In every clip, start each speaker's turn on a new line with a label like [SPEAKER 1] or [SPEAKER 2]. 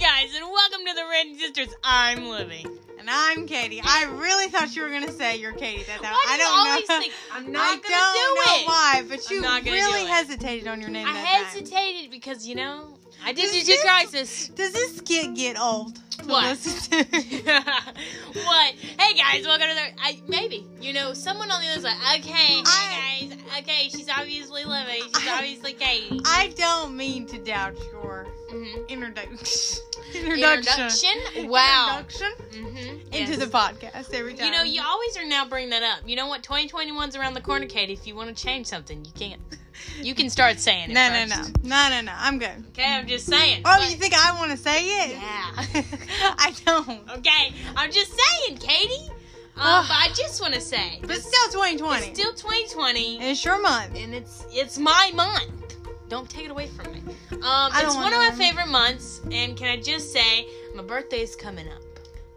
[SPEAKER 1] guys, and welcome to the Randy Sisters. I'm Livy.
[SPEAKER 2] And I'm Katie. I really thought you were gonna say you're Katie. That, that
[SPEAKER 1] Why do
[SPEAKER 2] I
[SPEAKER 1] you
[SPEAKER 2] don't
[SPEAKER 1] always
[SPEAKER 2] know.
[SPEAKER 1] think, I'm
[SPEAKER 2] I
[SPEAKER 1] not
[SPEAKER 2] don't
[SPEAKER 1] gonna do
[SPEAKER 2] know
[SPEAKER 1] it?
[SPEAKER 2] why, but
[SPEAKER 1] I'm
[SPEAKER 2] you
[SPEAKER 1] not gonna
[SPEAKER 2] really
[SPEAKER 1] do it.
[SPEAKER 2] hesitated on your name.
[SPEAKER 1] I
[SPEAKER 2] that Time.
[SPEAKER 1] hesitated because you know I did
[SPEAKER 2] Does
[SPEAKER 1] you
[SPEAKER 2] this-
[SPEAKER 1] crisis.
[SPEAKER 2] Does this skit get old? to
[SPEAKER 1] What?
[SPEAKER 2] listen to?
[SPEAKER 1] what? Hey guys, welcome to the. I, maybe you know someone on the other side. Okay, hey guys. Okay, she's obviously Livy. She's
[SPEAKER 2] I-
[SPEAKER 1] obviously Katie.
[SPEAKER 2] I don't mean to doubt your
[SPEAKER 1] Mhm.
[SPEAKER 2] introduction. Introduction.
[SPEAKER 1] Introduction. Wow.
[SPEAKER 2] Introduction
[SPEAKER 1] hmm
[SPEAKER 2] into the podcast every time.
[SPEAKER 1] You know, you always are now bringing that up. You know what? 2021's around the corner, Katie. If you want to change something, you can't. You can start saying it.
[SPEAKER 2] No, no, no,
[SPEAKER 1] first.
[SPEAKER 2] no, no, no. I'm good.
[SPEAKER 1] Okay, I'm just saying.
[SPEAKER 2] Oh,
[SPEAKER 1] but-
[SPEAKER 2] you think I want to say it?
[SPEAKER 1] Yeah.
[SPEAKER 2] I don't.
[SPEAKER 1] okay, I'm just saying, Katie. Um,
[SPEAKER 2] Ugh.
[SPEAKER 1] but I just want to say,
[SPEAKER 2] But still, 2020.
[SPEAKER 1] it's still 2020,
[SPEAKER 2] it's your month.
[SPEAKER 1] and it's it's my month. Don't take it away from me. Um,
[SPEAKER 2] I don't
[SPEAKER 1] it's one
[SPEAKER 2] want
[SPEAKER 1] of my
[SPEAKER 2] none.
[SPEAKER 1] favorite months, and can I just say, my birthday's coming up.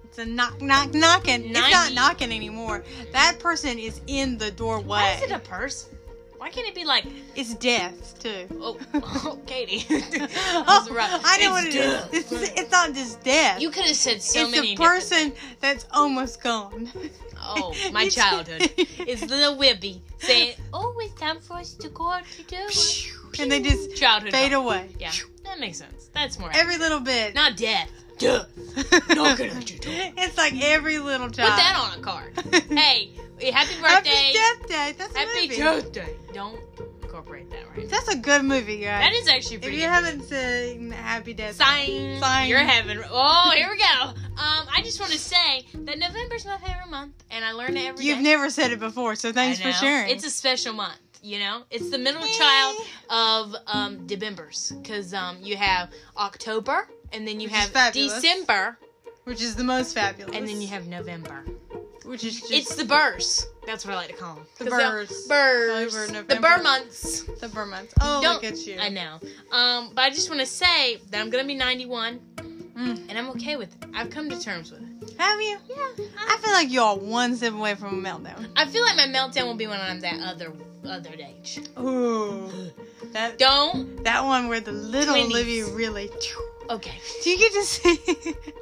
[SPEAKER 2] It's a knock, knock, knocking. It's not
[SPEAKER 1] 90.
[SPEAKER 2] knocking anymore. That person is in the doorway.
[SPEAKER 1] Why is it a person? Why can't it be like,
[SPEAKER 2] It's death too.
[SPEAKER 1] oh, Katie?
[SPEAKER 2] Oh, I know what it is.
[SPEAKER 1] It's
[SPEAKER 2] It's,
[SPEAKER 1] death.
[SPEAKER 2] it's not just death.
[SPEAKER 1] You could have said so
[SPEAKER 2] it's
[SPEAKER 1] many.
[SPEAKER 2] the
[SPEAKER 1] different-
[SPEAKER 2] person that's almost gone.
[SPEAKER 1] Oh, my
[SPEAKER 2] It's-
[SPEAKER 1] childhood. It's little Wibby saying, "Oh, it's time for us to go out to do." it."
[SPEAKER 2] and they just
[SPEAKER 1] Childhood.
[SPEAKER 2] fade
[SPEAKER 1] home.
[SPEAKER 2] away.
[SPEAKER 1] Yeah, that makes sense. That's more.
[SPEAKER 2] Every little bit.
[SPEAKER 1] Not death. knocking at your door.
[SPEAKER 2] It's like every little
[SPEAKER 1] Put
[SPEAKER 2] child.
[SPEAKER 1] that on a card.
[SPEAKER 2] on.
[SPEAKER 1] Hey, happy
[SPEAKER 2] Happy
[SPEAKER 1] birthday.
[SPEAKER 2] Death Day. That's a
[SPEAKER 1] Happy
[SPEAKER 2] movie.
[SPEAKER 1] birthday. Don't incorporate that right.
[SPEAKER 2] That's a good movie, guys.
[SPEAKER 1] That is actually
[SPEAKER 2] if
[SPEAKER 1] pretty.
[SPEAKER 2] you
[SPEAKER 1] good.
[SPEAKER 2] haven't seen Happy Death
[SPEAKER 1] Sign,
[SPEAKER 2] Sign.
[SPEAKER 1] You're having. Oh, here we go. Um, I just want to say that November's my favorite month, and I learn it every
[SPEAKER 2] You've
[SPEAKER 1] day.
[SPEAKER 2] never said it before, so thanks
[SPEAKER 1] I
[SPEAKER 2] for
[SPEAKER 1] know.
[SPEAKER 2] sharing.
[SPEAKER 1] It's a special month, you know. It's the middle child of um Debembers because um you have October and then you
[SPEAKER 2] Which is
[SPEAKER 1] have
[SPEAKER 2] fabulous.
[SPEAKER 1] December
[SPEAKER 2] which is the most fabulous.
[SPEAKER 1] and then you have November.
[SPEAKER 2] which is just
[SPEAKER 1] it's the burrs. That's what I like to call them.
[SPEAKER 2] the birds,
[SPEAKER 1] Burrs.
[SPEAKER 2] October,
[SPEAKER 1] The
[SPEAKER 2] November.
[SPEAKER 1] burr months.
[SPEAKER 2] the burr months. Oh,
[SPEAKER 1] Don't-
[SPEAKER 2] look at you.
[SPEAKER 1] I know. Um, but I just want to say that I'm gonna be 91
[SPEAKER 2] Mm.
[SPEAKER 1] and I'm okay with it. I've come to terms with it.
[SPEAKER 2] Have you?
[SPEAKER 1] Yeah.
[SPEAKER 2] I feel like you are one step away from a meltdown.
[SPEAKER 1] I feel like my meltdown will be when I'm that other other age.
[SPEAKER 2] Ooh, that
[SPEAKER 1] Don't.
[SPEAKER 2] that one where the little
[SPEAKER 1] 20s.
[SPEAKER 2] Livy really.
[SPEAKER 1] Okay.
[SPEAKER 2] Do you get to see?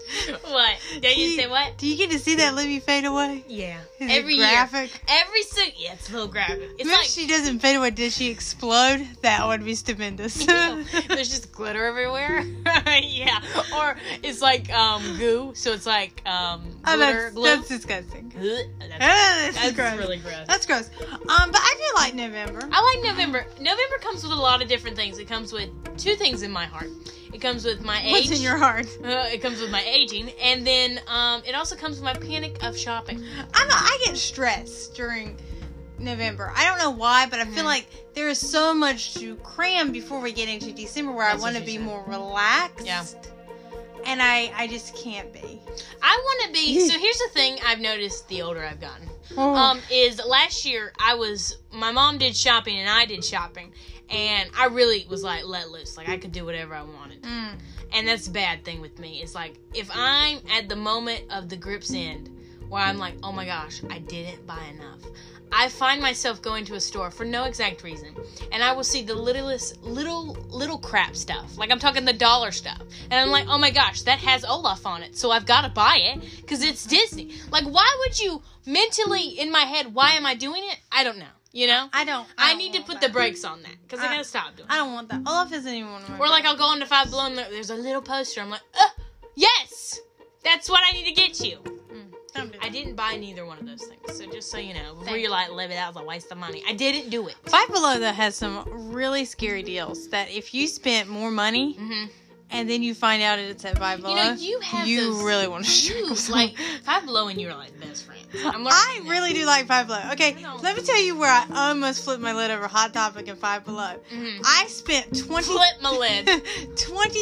[SPEAKER 1] What? Don't you say what?
[SPEAKER 2] Do you get to see that Livy fade away?
[SPEAKER 1] Yeah.
[SPEAKER 2] Is it
[SPEAKER 1] Every year.
[SPEAKER 2] graphic.
[SPEAKER 1] Every suit. Yeah, it's a little graphic. It's
[SPEAKER 2] If
[SPEAKER 1] like
[SPEAKER 2] she doesn't fade away, does she explode? That would be stupendous.
[SPEAKER 1] there's just glitter everywhere. yeah. Or it's like um goo, so it's like um
[SPEAKER 2] Oh,
[SPEAKER 1] glitter
[SPEAKER 2] that's,
[SPEAKER 1] glue.
[SPEAKER 2] that's disgusting.
[SPEAKER 1] Ugh, that's,
[SPEAKER 2] Ah, this is
[SPEAKER 1] that's
[SPEAKER 2] gross.
[SPEAKER 1] really gross.
[SPEAKER 2] That's gross. Um, but I do like November.
[SPEAKER 1] I like November. November comes with a lot of different things. It comes with two things in my heart. It comes with my age.
[SPEAKER 2] What's in your heart?
[SPEAKER 1] Uh, it comes with my aging, and then um, it also comes with my panic of shopping.
[SPEAKER 2] I'm a, I get stressed during November. I don't know why, but I feel
[SPEAKER 1] Mhm.
[SPEAKER 2] like there is so much to cram before we get into December where
[SPEAKER 1] That's
[SPEAKER 2] I
[SPEAKER 1] what
[SPEAKER 2] want to
[SPEAKER 1] she
[SPEAKER 2] be
[SPEAKER 1] said.
[SPEAKER 2] more relaxed.
[SPEAKER 1] Yeah.
[SPEAKER 2] And I, I just can't be.
[SPEAKER 1] I want to be. So here's the thing I've noticed the older I've gotten.
[SPEAKER 2] Oh.
[SPEAKER 1] um, is last year I was my mom did shopping and I did shopping, and I really was like let loose, like I could do whatever I wanted,
[SPEAKER 2] Mm.
[SPEAKER 1] and that's a bad thing with me. It's like if I'm at the moment of the grip's end where I'm like, oh my gosh, I didn't buy enough. I find myself going to a store for no exact reason, and I will see the littlest, little, little crap stuff. Like I'm talking the dollar stuff, and I'm like, oh my gosh, that has Olaf on it, so I've got to buy it because it's Disney. Like, why would you mentally in my head? Why am I doing it? I don't know. You know,
[SPEAKER 2] I don't.
[SPEAKER 1] I,
[SPEAKER 2] don't
[SPEAKER 1] need to
[SPEAKER 2] want
[SPEAKER 1] put
[SPEAKER 2] that.
[SPEAKER 1] the brakes on that because I,
[SPEAKER 2] I-
[SPEAKER 1] gotta stop doing. it.
[SPEAKER 2] I don't want that. Olaf isn't even one of my.
[SPEAKER 1] Or like I'll go into Five Below and there- there's a little poster. I'm like, Ugh, yes, that's what I need to get you.
[SPEAKER 2] Don't do
[SPEAKER 1] I
[SPEAKER 2] that.
[SPEAKER 1] didn't buy neither one of those things. So just so you know, before
[SPEAKER 2] Thank
[SPEAKER 1] you like live it out as a waste of money, I didn't do it.
[SPEAKER 2] Five Below though has some really scary deals that if you spent more money
[SPEAKER 1] Mm-hmm.
[SPEAKER 2] and then you find out it's at Five Below,
[SPEAKER 1] You know, you have
[SPEAKER 2] you
[SPEAKER 1] those
[SPEAKER 2] really want to
[SPEAKER 1] you,
[SPEAKER 2] strangle someone.
[SPEAKER 1] like Five Below and you are like best friends. I'm learning.
[SPEAKER 2] I
[SPEAKER 1] that.
[SPEAKER 2] really do like Five Below. Okay,
[SPEAKER 1] I know.
[SPEAKER 2] let me tell you where I almost flipped my lid over Hot Topic and Five Below.
[SPEAKER 1] Mhm.
[SPEAKER 2] I spent 20,
[SPEAKER 1] flip my lid.
[SPEAKER 2] $23 on a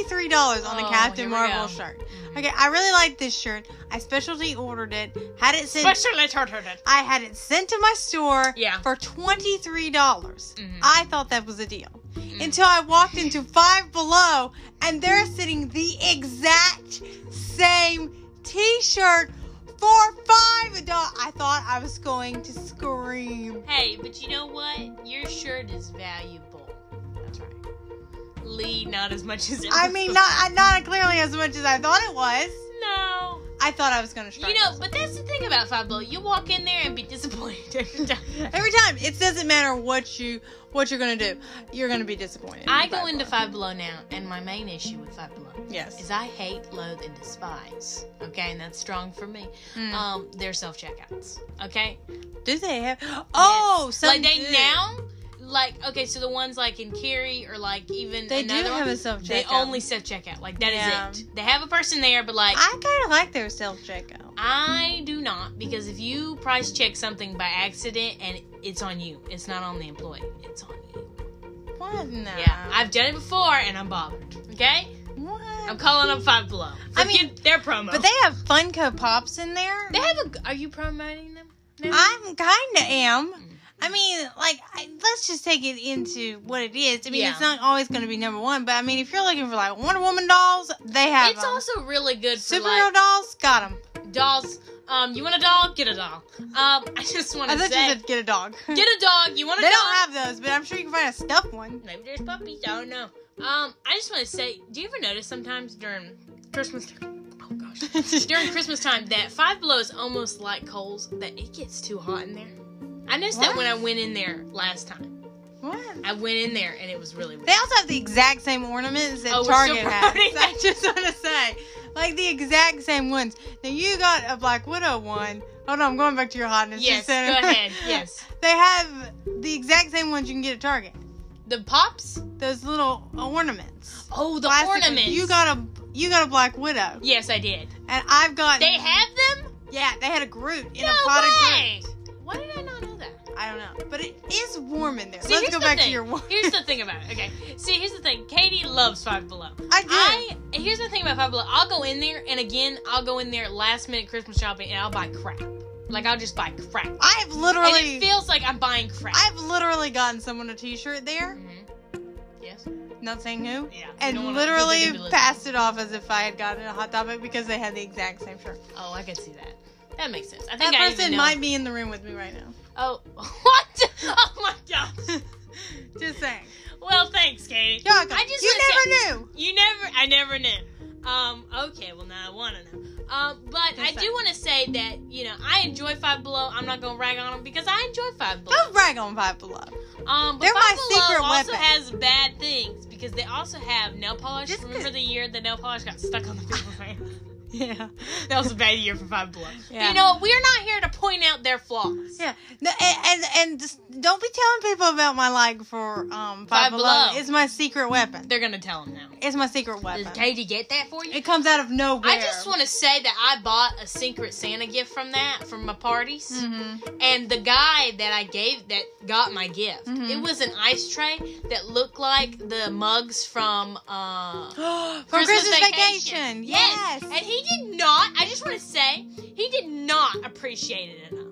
[SPEAKER 1] Oh, here
[SPEAKER 2] Captain
[SPEAKER 1] we
[SPEAKER 2] Marvel
[SPEAKER 1] go. Mm-hmm.
[SPEAKER 2] shirt. Okay, I really like this shirt. I specialty ordered it. Had it sent
[SPEAKER 1] Especially turtle.
[SPEAKER 2] I had it sent to my store
[SPEAKER 1] Yeah.
[SPEAKER 2] for $23. dollars
[SPEAKER 1] Mhm.
[SPEAKER 2] I thought that was a deal.
[SPEAKER 1] Mm-hmm.
[SPEAKER 2] Until I walked into Five Below and they're sitting the exact same t shirt for $5. doll- I thought I was going to scream.
[SPEAKER 1] Hey, but you know what? Your shirt is valuable. That's right. Lee not as much as it
[SPEAKER 2] I
[SPEAKER 1] was
[SPEAKER 2] mean,
[SPEAKER 1] before.
[SPEAKER 2] not not clearly as much as I thought it was.
[SPEAKER 1] No.
[SPEAKER 2] I thought I was gonna struggle.
[SPEAKER 1] You know, but that's the thing about Five Below. You walk in there and be disappointed every time.
[SPEAKER 2] every time it doesn't matter what you what you're gonna do, you're gonna be disappointed.
[SPEAKER 1] I
[SPEAKER 2] Five
[SPEAKER 1] go into
[SPEAKER 2] Below.
[SPEAKER 1] Five Below now, and my main issue with Five Below
[SPEAKER 2] Yes.
[SPEAKER 1] is I hate, loathe, and despise. Okay, and that's strong for me.
[SPEAKER 2] Mm.
[SPEAKER 1] Um, their self checkouts. Okay,
[SPEAKER 2] do they have? Oh, some
[SPEAKER 1] like they
[SPEAKER 2] do.
[SPEAKER 1] now, like okay, so the ones like in Cary or like even
[SPEAKER 2] They do
[SPEAKER 1] another
[SPEAKER 2] have
[SPEAKER 1] one,
[SPEAKER 2] a self checkout.
[SPEAKER 1] they only self checkout. Like that is
[SPEAKER 2] Yeah.
[SPEAKER 1] it. They have a person there, but like.
[SPEAKER 2] I kind of like their self checkout.
[SPEAKER 1] I do not because if you price check something by accident and it's on you, it's not on the employee, it's on you.
[SPEAKER 2] What? No.
[SPEAKER 1] Yeah, Um, I've done it before and I'm bothered. Okay,
[SPEAKER 2] What?
[SPEAKER 1] I'm calling up Five Below.
[SPEAKER 2] I
[SPEAKER 1] I
[SPEAKER 2] mean-
[SPEAKER 1] mean, their promo.
[SPEAKER 2] But they have Funko Pops in there.
[SPEAKER 1] they have a. Are you promoting them? now?
[SPEAKER 2] I'm kind of am.
[SPEAKER 1] Mm-hmm.
[SPEAKER 2] I mean, like, I, let's just take it into what it is. I mean,
[SPEAKER 1] Yeah.
[SPEAKER 2] it's not always going to be number one, but I mean, if you're looking for like Wonder Woman dolls, they have
[SPEAKER 1] It's
[SPEAKER 2] 'em.
[SPEAKER 1] also really good for
[SPEAKER 2] superhero
[SPEAKER 1] like
[SPEAKER 2] dolls. Got them.
[SPEAKER 1] dolls. Um, you want a doll? Get a doll. Um, I just want
[SPEAKER 2] I
[SPEAKER 1] to
[SPEAKER 2] thought
[SPEAKER 1] say,
[SPEAKER 2] you said get a dog.
[SPEAKER 1] get a dog. You want a
[SPEAKER 2] they
[SPEAKER 1] dog?
[SPEAKER 2] don't have those, but I'm sure you can find a stuffed one.
[SPEAKER 1] Maybe there's puppies. I don't know. Um, I just want to say, do you ever notice sometimes during Christmas? Oh gosh. During Christmas time, that Five Below is almost like Cole's. That it gets too hot in there. I noticed that
[SPEAKER 2] What?
[SPEAKER 1] when I went in there last time.
[SPEAKER 2] What?
[SPEAKER 1] I went in there and it was really weird.
[SPEAKER 2] They also have the exact same ornaments that
[SPEAKER 1] Oh, we're still
[SPEAKER 2] Target has.
[SPEAKER 1] promoting
[SPEAKER 2] I just want to say, like the exact same ones. Now you got a Black Widow one. Hold on, I'm going back to your hotness.
[SPEAKER 1] Yes,
[SPEAKER 2] just a
[SPEAKER 1] go
[SPEAKER 2] second.
[SPEAKER 1] ahead. Yes.
[SPEAKER 2] they have the exact same ones you can get at Target.
[SPEAKER 1] The pops?
[SPEAKER 2] Those little ornaments.
[SPEAKER 1] Oh, the
[SPEAKER 2] Plastic-
[SPEAKER 1] ornaments.
[SPEAKER 2] You got a you got a Black Widow,
[SPEAKER 1] Yes, I did.
[SPEAKER 2] and I've got
[SPEAKER 1] They have them?
[SPEAKER 2] yeah. They had a Groot in
[SPEAKER 1] no
[SPEAKER 2] a pot
[SPEAKER 1] way.
[SPEAKER 2] of Groot.
[SPEAKER 1] Why did I not know that?
[SPEAKER 2] I don't know, but it is warm in there.
[SPEAKER 1] See,
[SPEAKER 2] Let's
[SPEAKER 1] here's
[SPEAKER 2] go
[SPEAKER 1] the
[SPEAKER 2] back to
[SPEAKER 1] thing.
[SPEAKER 2] your one.
[SPEAKER 1] Here's the thing about it. Okay. See, here's the thing. Katie loves Five Below.
[SPEAKER 2] I do.
[SPEAKER 1] I here's the thing about Five Below. I'll go in there and again I'll go in there last minute Christmas shopping and I'll buy crap. Like I'll just buy crap.
[SPEAKER 2] I have
[SPEAKER 1] And
[SPEAKER 2] literally
[SPEAKER 1] it feels like I'm buying crap.
[SPEAKER 2] I've literally gotten someone a T-shirt there.
[SPEAKER 1] Mhm. Yes.
[SPEAKER 2] Not saying who.
[SPEAKER 1] Yeah. You
[SPEAKER 2] And
[SPEAKER 1] don't wanna- 'cause they
[SPEAKER 2] literally
[SPEAKER 1] could be listening.
[SPEAKER 2] passed it off as if I had gotten a hot topic because they had the exact same shirt.
[SPEAKER 1] Oh, I can see that. That makes sense. I think
[SPEAKER 2] That
[SPEAKER 1] I even
[SPEAKER 2] person
[SPEAKER 1] know.
[SPEAKER 2] might be in the room with me right now.
[SPEAKER 1] Oh, what? Oh my god.
[SPEAKER 2] Just saying.
[SPEAKER 1] Well, thanks, Katie.
[SPEAKER 2] You're welcome.
[SPEAKER 1] I just
[SPEAKER 2] you
[SPEAKER 1] wanna say-
[SPEAKER 2] never knew.
[SPEAKER 1] You never. I never knew. Um. Okay. Well, now I want to know. Um. But I do want to say that you know I enjoy Five Below. I'm not gonna rag on them because I enjoy Five Below.
[SPEAKER 2] Don't brag on Five Below.
[SPEAKER 1] Um. But
[SPEAKER 2] Oh, They're
[SPEAKER 1] Five
[SPEAKER 2] my
[SPEAKER 1] Below
[SPEAKER 2] secret
[SPEAKER 1] also
[SPEAKER 2] weapon.
[SPEAKER 1] has bad things because they also have nail polish.
[SPEAKER 2] Just 'cause-
[SPEAKER 1] Remember the year the nail polish got stuck on the people's hands?
[SPEAKER 2] Yeah.
[SPEAKER 1] That was a bad year for Five Below.
[SPEAKER 2] Yeah.
[SPEAKER 1] You know we're not here to point out their flaws.
[SPEAKER 2] Yeah. No, and, and and just don't be telling people about my like for um Five,
[SPEAKER 1] Five
[SPEAKER 2] Below.
[SPEAKER 1] Below.
[SPEAKER 2] It's my secret weapon.
[SPEAKER 1] They're gonna tell them now.
[SPEAKER 2] It's my secret
[SPEAKER 1] Does
[SPEAKER 2] weapon.
[SPEAKER 1] Katie get that for you?
[SPEAKER 2] It comes out of nowhere.
[SPEAKER 1] I just want to say that I bought a secret Santa gift from that from my parties.
[SPEAKER 2] hmm
[SPEAKER 1] And the guy that I gave that got my gift,
[SPEAKER 2] Mhm.
[SPEAKER 1] it was an ice tray that looked like the mugs from uh
[SPEAKER 2] From Christmas, vacation. Yes.
[SPEAKER 1] And he did not, I just want to say, he did not appreciate it enough.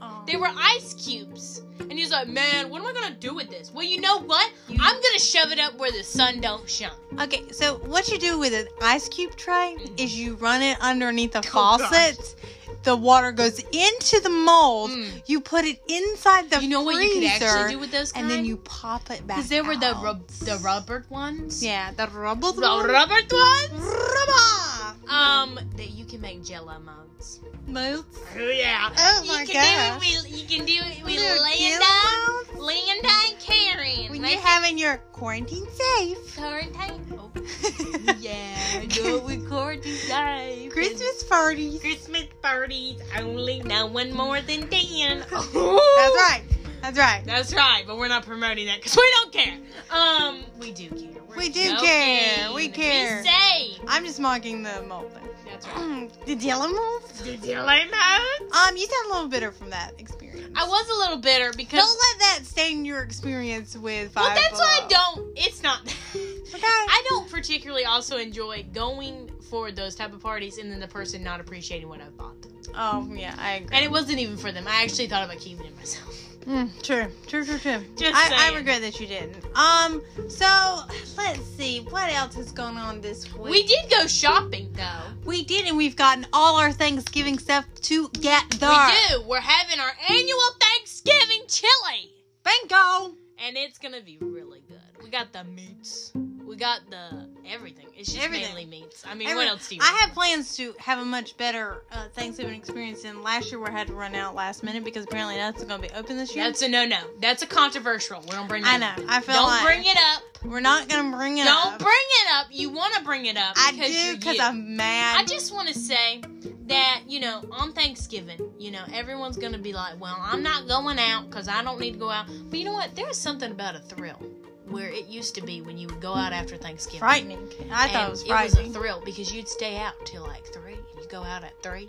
[SPEAKER 2] Aw.
[SPEAKER 1] They were ice cubes. And he was like, "Man, what am I going to do with this?" Well, you know what? I'm going to shove it up where the sun don't shine.
[SPEAKER 2] Okay, so what you do with an ice cube tray
[SPEAKER 1] Mhm.
[SPEAKER 2] is you run it underneath the
[SPEAKER 1] Oh, gosh.
[SPEAKER 2] faucet. The water goes into the mold.
[SPEAKER 1] Mm.
[SPEAKER 2] You put it inside the
[SPEAKER 1] You know what
[SPEAKER 2] freezer,
[SPEAKER 1] you could actually do with those
[SPEAKER 2] and then
[SPEAKER 1] kind?
[SPEAKER 2] you pop it back.
[SPEAKER 1] Because there were the
[SPEAKER 2] out.
[SPEAKER 1] rub- the rubbered ones.
[SPEAKER 2] Yeah, the rubble.
[SPEAKER 1] The rubbered ones.
[SPEAKER 2] rubber.
[SPEAKER 1] Um, that you can make Jello mugs.
[SPEAKER 2] Molds.
[SPEAKER 1] Oh yeah.
[SPEAKER 2] Oh
[SPEAKER 1] you
[SPEAKER 2] my
[SPEAKER 1] can
[SPEAKER 2] gosh.
[SPEAKER 1] Do it with, you can do it with
[SPEAKER 2] Little
[SPEAKER 1] Linda,
[SPEAKER 2] jello molds.
[SPEAKER 1] Linda and Karen.
[SPEAKER 2] When
[SPEAKER 1] Make
[SPEAKER 2] you're having your quarantine safe.
[SPEAKER 1] quarantine. Oh, yeah, do it with quarantine.
[SPEAKER 2] Christmas parties.
[SPEAKER 1] Christmas parties only. No one more than Dan. That's
[SPEAKER 2] That's right. That's right.
[SPEAKER 1] That's right, but we're not promoting that because we don't care. Um, we do care. We're
[SPEAKER 2] We do care.
[SPEAKER 1] joking.
[SPEAKER 2] We care.
[SPEAKER 1] Be safe.
[SPEAKER 2] I'm just mocking the mold thing.
[SPEAKER 1] That's right.
[SPEAKER 2] Mm, the jello molds.
[SPEAKER 1] Did you like that?
[SPEAKER 2] Um, you sound a little bitter from that experience.
[SPEAKER 1] I was a little bitter because.
[SPEAKER 2] Don't let that stain your experience with. Five
[SPEAKER 1] well, that's why I
[SPEAKER 2] Below.
[SPEAKER 1] don't. It's not.
[SPEAKER 2] Okay.
[SPEAKER 1] I don't particularly also enjoy going for those type of parties and then the person not appreciating what I bought them.
[SPEAKER 2] oh yeah, I agree.
[SPEAKER 1] And it wasn't even for them. I actually thought about keeping it myself.
[SPEAKER 2] Mm, true, true, true, true.
[SPEAKER 1] Just
[SPEAKER 2] I,
[SPEAKER 1] saying.
[SPEAKER 2] I regret that you didn't. Um, so let's see what else has gone on this week.
[SPEAKER 1] We did go shopping though.
[SPEAKER 2] we did, and we've gotten all our Thanksgiving stuff together.
[SPEAKER 1] We do. We're having our annual Thanksgiving chili.
[SPEAKER 2] Bingo.
[SPEAKER 1] And it's gonna be really good. We got the meats. We got the everything. It's just
[SPEAKER 2] Everything.
[SPEAKER 1] mainly meats. I mean,
[SPEAKER 2] Every-
[SPEAKER 1] what else do you?
[SPEAKER 2] I have plans to have a much better uh, Thanksgiving experience than last year, where I had to run out last minute because apparently that's going to be open this year.
[SPEAKER 1] That's a no no. That's a controversial. We don't bring. It
[SPEAKER 2] I
[SPEAKER 1] up.
[SPEAKER 2] know. I feel
[SPEAKER 1] Don't
[SPEAKER 2] like
[SPEAKER 1] bring it up.
[SPEAKER 2] we're not going to bring it
[SPEAKER 1] Don't
[SPEAKER 2] up.
[SPEAKER 1] bring it up. You want to bring it up.
[SPEAKER 2] I
[SPEAKER 1] because
[SPEAKER 2] do
[SPEAKER 1] you're
[SPEAKER 2] because
[SPEAKER 1] you.
[SPEAKER 2] I'm mad.
[SPEAKER 1] I just want to say that you know on Thanksgiving, you know everyone's gonna be like, "Well, I'm not going out because I don't need to go out." But you know what? There is something about a thrill where it used to be when you would go out after Thanksgiving.
[SPEAKER 2] frightening. I thought
[SPEAKER 1] And
[SPEAKER 2] it was
[SPEAKER 1] It
[SPEAKER 2] frightening.
[SPEAKER 1] was a thrill because you'd stay out till like three, and you go out at three,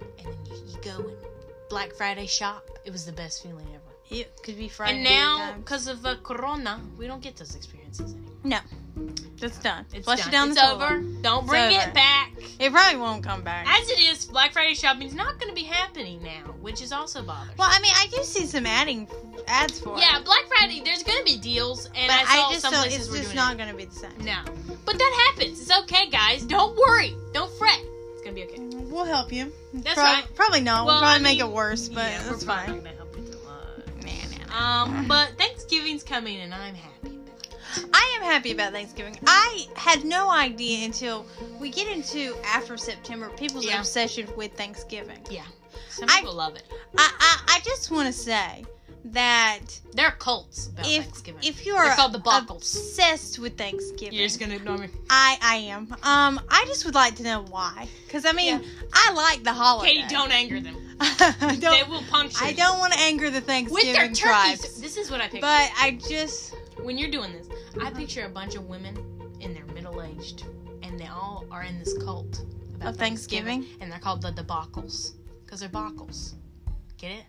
[SPEAKER 1] and then you, you go and Black Friday shop. It was the best feeling ever.
[SPEAKER 2] it could be frightening.
[SPEAKER 1] And now,
[SPEAKER 2] sometimes.
[SPEAKER 1] because of uh, Corona, we don't get those experiences anymore.
[SPEAKER 2] it's done.
[SPEAKER 1] It's
[SPEAKER 2] Flush
[SPEAKER 1] done.
[SPEAKER 2] it down
[SPEAKER 1] It's
[SPEAKER 2] the toilet.
[SPEAKER 1] over. Don't bring
[SPEAKER 2] over.
[SPEAKER 1] it back.
[SPEAKER 2] It probably won't come back.
[SPEAKER 1] As it is, Black Friday shopping is not going to be happening now, which is also bothersome.
[SPEAKER 2] well, I mean, I do see some adding ads for
[SPEAKER 1] yeah,
[SPEAKER 2] it,
[SPEAKER 1] Black Friday, there's going to be deals, and
[SPEAKER 2] but
[SPEAKER 1] I saw
[SPEAKER 2] I just
[SPEAKER 1] some
[SPEAKER 2] don't.
[SPEAKER 1] places
[SPEAKER 2] It's
[SPEAKER 1] were
[SPEAKER 2] just
[SPEAKER 1] doing
[SPEAKER 2] not going to be the same.
[SPEAKER 1] it. No, but that happens. It's okay, guys. Don't worry. Don't fret. It's going to be okay.
[SPEAKER 2] We'll help you.
[SPEAKER 1] That's
[SPEAKER 2] Prob-
[SPEAKER 1] right.
[SPEAKER 2] Probably not.
[SPEAKER 1] Well,
[SPEAKER 2] we'll probably
[SPEAKER 1] I
[SPEAKER 2] make
[SPEAKER 1] mean,
[SPEAKER 2] it worse, but
[SPEAKER 1] yeah, we're probably
[SPEAKER 2] that's fine.
[SPEAKER 1] not gonna help you do a lot.
[SPEAKER 2] Nah, nah, nah.
[SPEAKER 1] Um, but Thanksgiving's coming, and I'm happy. about it.
[SPEAKER 2] I am happy about Thanksgiving. I had no idea until we get into after September people's
[SPEAKER 1] Yeah.
[SPEAKER 2] obsession with Thanksgiving.
[SPEAKER 1] Some
[SPEAKER 2] I-
[SPEAKER 1] people love it.
[SPEAKER 2] I I, I just want to say that
[SPEAKER 1] There are cults about
[SPEAKER 2] if
[SPEAKER 1] Thanksgiving.
[SPEAKER 2] if you
[SPEAKER 1] They're
[SPEAKER 2] are
[SPEAKER 1] called the Buckles.
[SPEAKER 2] obsessed with Thanksgiving,
[SPEAKER 1] gonna ignore me.
[SPEAKER 2] I I am. Um, I just would like to know why. Because I mean, I like the holiday.
[SPEAKER 1] Katie, don't anger them.
[SPEAKER 2] I
[SPEAKER 1] they
[SPEAKER 2] don't.
[SPEAKER 1] will puncture
[SPEAKER 2] I
[SPEAKER 1] you.
[SPEAKER 2] don't want to anger the Thanksgiving
[SPEAKER 1] with their turkeys.
[SPEAKER 2] tribes,
[SPEAKER 1] This is what I picture.
[SPEAKER 2] but I just.
[SPEAKER 1] when you're doing this,
[SPEAKER 2] Uh-huh.
[SPEAKER 1] I picture a bunch of women and they're middle aged, and they all are in this cult about
[SPEAKER 2] Of Thanksgiving?
[SPEAKER 1] and they're called the debacles because they're bacals. Get it?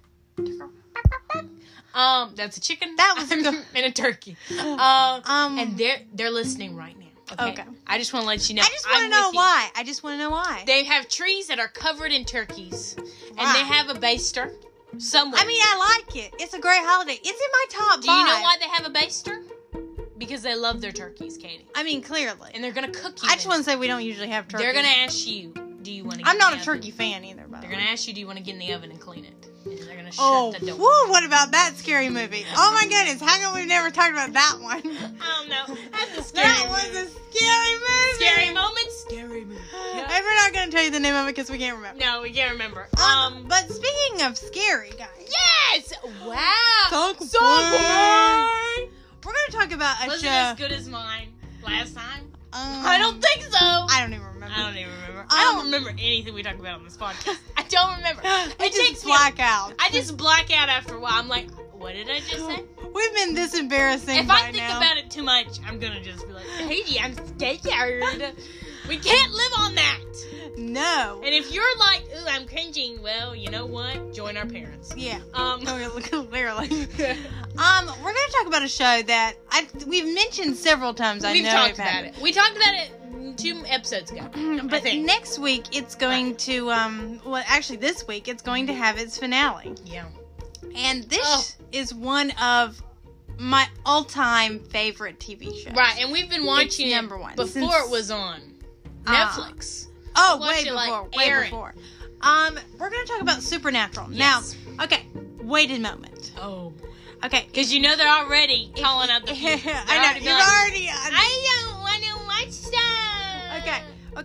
[SPEAKER 1] Um, that's a chicken.
[SPEAKER 2] That was
[SPEAKER 1] and
[SPEAKER 2] good.
[SPEAKER 1] a turkey. Um,
[SPEAKER 2] Um,
[SPEAKER 1] and they're they're listening right now. Okay.
[SPEAKER 2] Okay.
[SPEAKER 1] I just want to let you know.
[SPEAKER 2] I just want to
[SPEAKER 1] I'm
[SPEAKER 2] know
[SPEAKER 1] with you.
[SPEAKER 2] why. I just want to know why.
[SPEAKER 1] They have trees that are covered in turkeys,
[SPEAKER 2] Why?
[SPEAKER 1] and they have a baster somewhere.
[SPEAKER 2] I mean, I like it. It's a great holiday. It's in my top
[SPEAKER 1] do
[SPEAKER 2] five.
[SPEAKER 1] you know why they have a baster? Because they love their turkeys, Katie,
[SPEAKER 2] I mean, clearly.
[SPEAKER 1] and they're gonna cook you.
[SPEAKER 2] I just
[SPEAKER 1] in
[SPEAKER 2] want to say we don't usually have turkey.
[SPEAKER 1] They're gonna ask you, do you want to?
[SPEAKER 2] I'm not a turkey fan either, by the
[SPEAKER 1] They're
[SPEAKER 2] way.
[SPEAKER 1] gonna ask you, do you want to get in the oven and clean it? And they're gonna shut
[SPEAKER 2] Oh,
[SPEAKER 1] the door.
[SPEAKER 2] woo, what about that scary movie? Oh my goodness, how come we've never talked about that one?
[SPEAKER 1] I don't know. That's a scary.
[SPEAKER 2] that was a scary movie.
[SPEAKER 1] scary moment. Scary movie.
[SPEAKER 2] And we're not going to tell you the name of it because we can't remember.
[SPEAKER 1] No, we can't remember.
[SPEAKER 2] Um,
[SPEAKER 1] Um.
[SPEAKER 2] but speaking of scary, guys,
[SPEAKER 1] Yes. Wow.
[SPEAKER 2] Talk
[SPEAKER 1] So
[SPEAKER 2] boy. we're going to talk about a
[SPEAKER 1] Was it
[SPEAKER 2] show.
[SPEAKER 1] as good as mine last time?
[SPEAKER 2] Um,
[SPEAKER 1] I don't think so. I
[SPEAKER 2] I don't even remember.
[SPEAKER 1] don't even remember. I
[SPEAKER 2] Um,
[SPEAKER 1] don't remember anything we talked about on this podcast. I don't remember.
[SPEAKER 2] we
[SPEAKER 1] It takes
[SPEAKER 2] just
[SPEAKER 1] me. a-
[SPEAKER 2] black out.
[SPEAKER 1] I just black out after a while. I'm like, what did I just say?
[SPEAKER 2] We've been this embarrassing.
[SPEAKER 1] If
[SPEAKER 2] by
[SPEAKER 1] I think
[SPEAKER 2] now.
[SPEAKER 1] about it too much, I'm gonna just be like, Katie, I'm scared. we can't live on that.
[SPEAKER 2] no.
[SPEAKER 1] And if you're like, ooh, I'm cringing, well, you know what? Join our parents.
[SPEAKER 2] yeah. Oh,
[SPEAKER 1] Um,
[SPEAKER 2] Clearly.
[SPEAKER 1] we've
[SPEAKER 2] um, we're gonna talk about a show that I we've mentioned several times. I know
[SPEAKER 1] talked about it. We talked about it two episodes ago.
[SPEAKER 2] it,
[SPEAKER 1] I
[SPEAKER 2] Mm, but
[SPEAKER 1] think.
[SPEAKER 2] next week it's going to um. Well, actually, this week it's going to have its finale,
[SPEAKER 1] Yeah.
[SPEAKER 2] and this
[SPEAKER 1] Oh.
[SPEAKER 2] is one of my all-time favorite TV shows.
[SPEAKER 1] Right, and we've been watching it
[SPEAKER 2] number one
[SPEAKER 1] before
[SPEAKER 2] since-
[SPEAKER 1] it was on
[SPEAKER 2] Ah.
[SPEAKER 1] Netflix.
[SPEAKER 2] Oh,
[SPEAKER 1] Watch
[SPEAKER 2] way
[SPEAKER 1] it,
[SPEAKER 2] before,
[SPEAKER 1] like,
[SPEAKER 2] way
[SPEAKER 1] airing.
[SPEAKER 2] before. Um, we're gonna talk about Supernatural
[SPEAKER 1] Yes.
[SPEAKER 2] now. Okay, wait a moment.
[SPEAKER 1] Oh,
[SPEAKER 2] Okay,
[SPEAKER 1] because you know they're already calling out the. They're
[SPEAKER 2] I
[SPEAKER 1] already
[SPEAKER 2] know you're
[SPEAKER 1] like,
[SPEAKER 2] already.
[SPEAKER 1] I don't want to watch that.
[SPEAKER 2] Okay.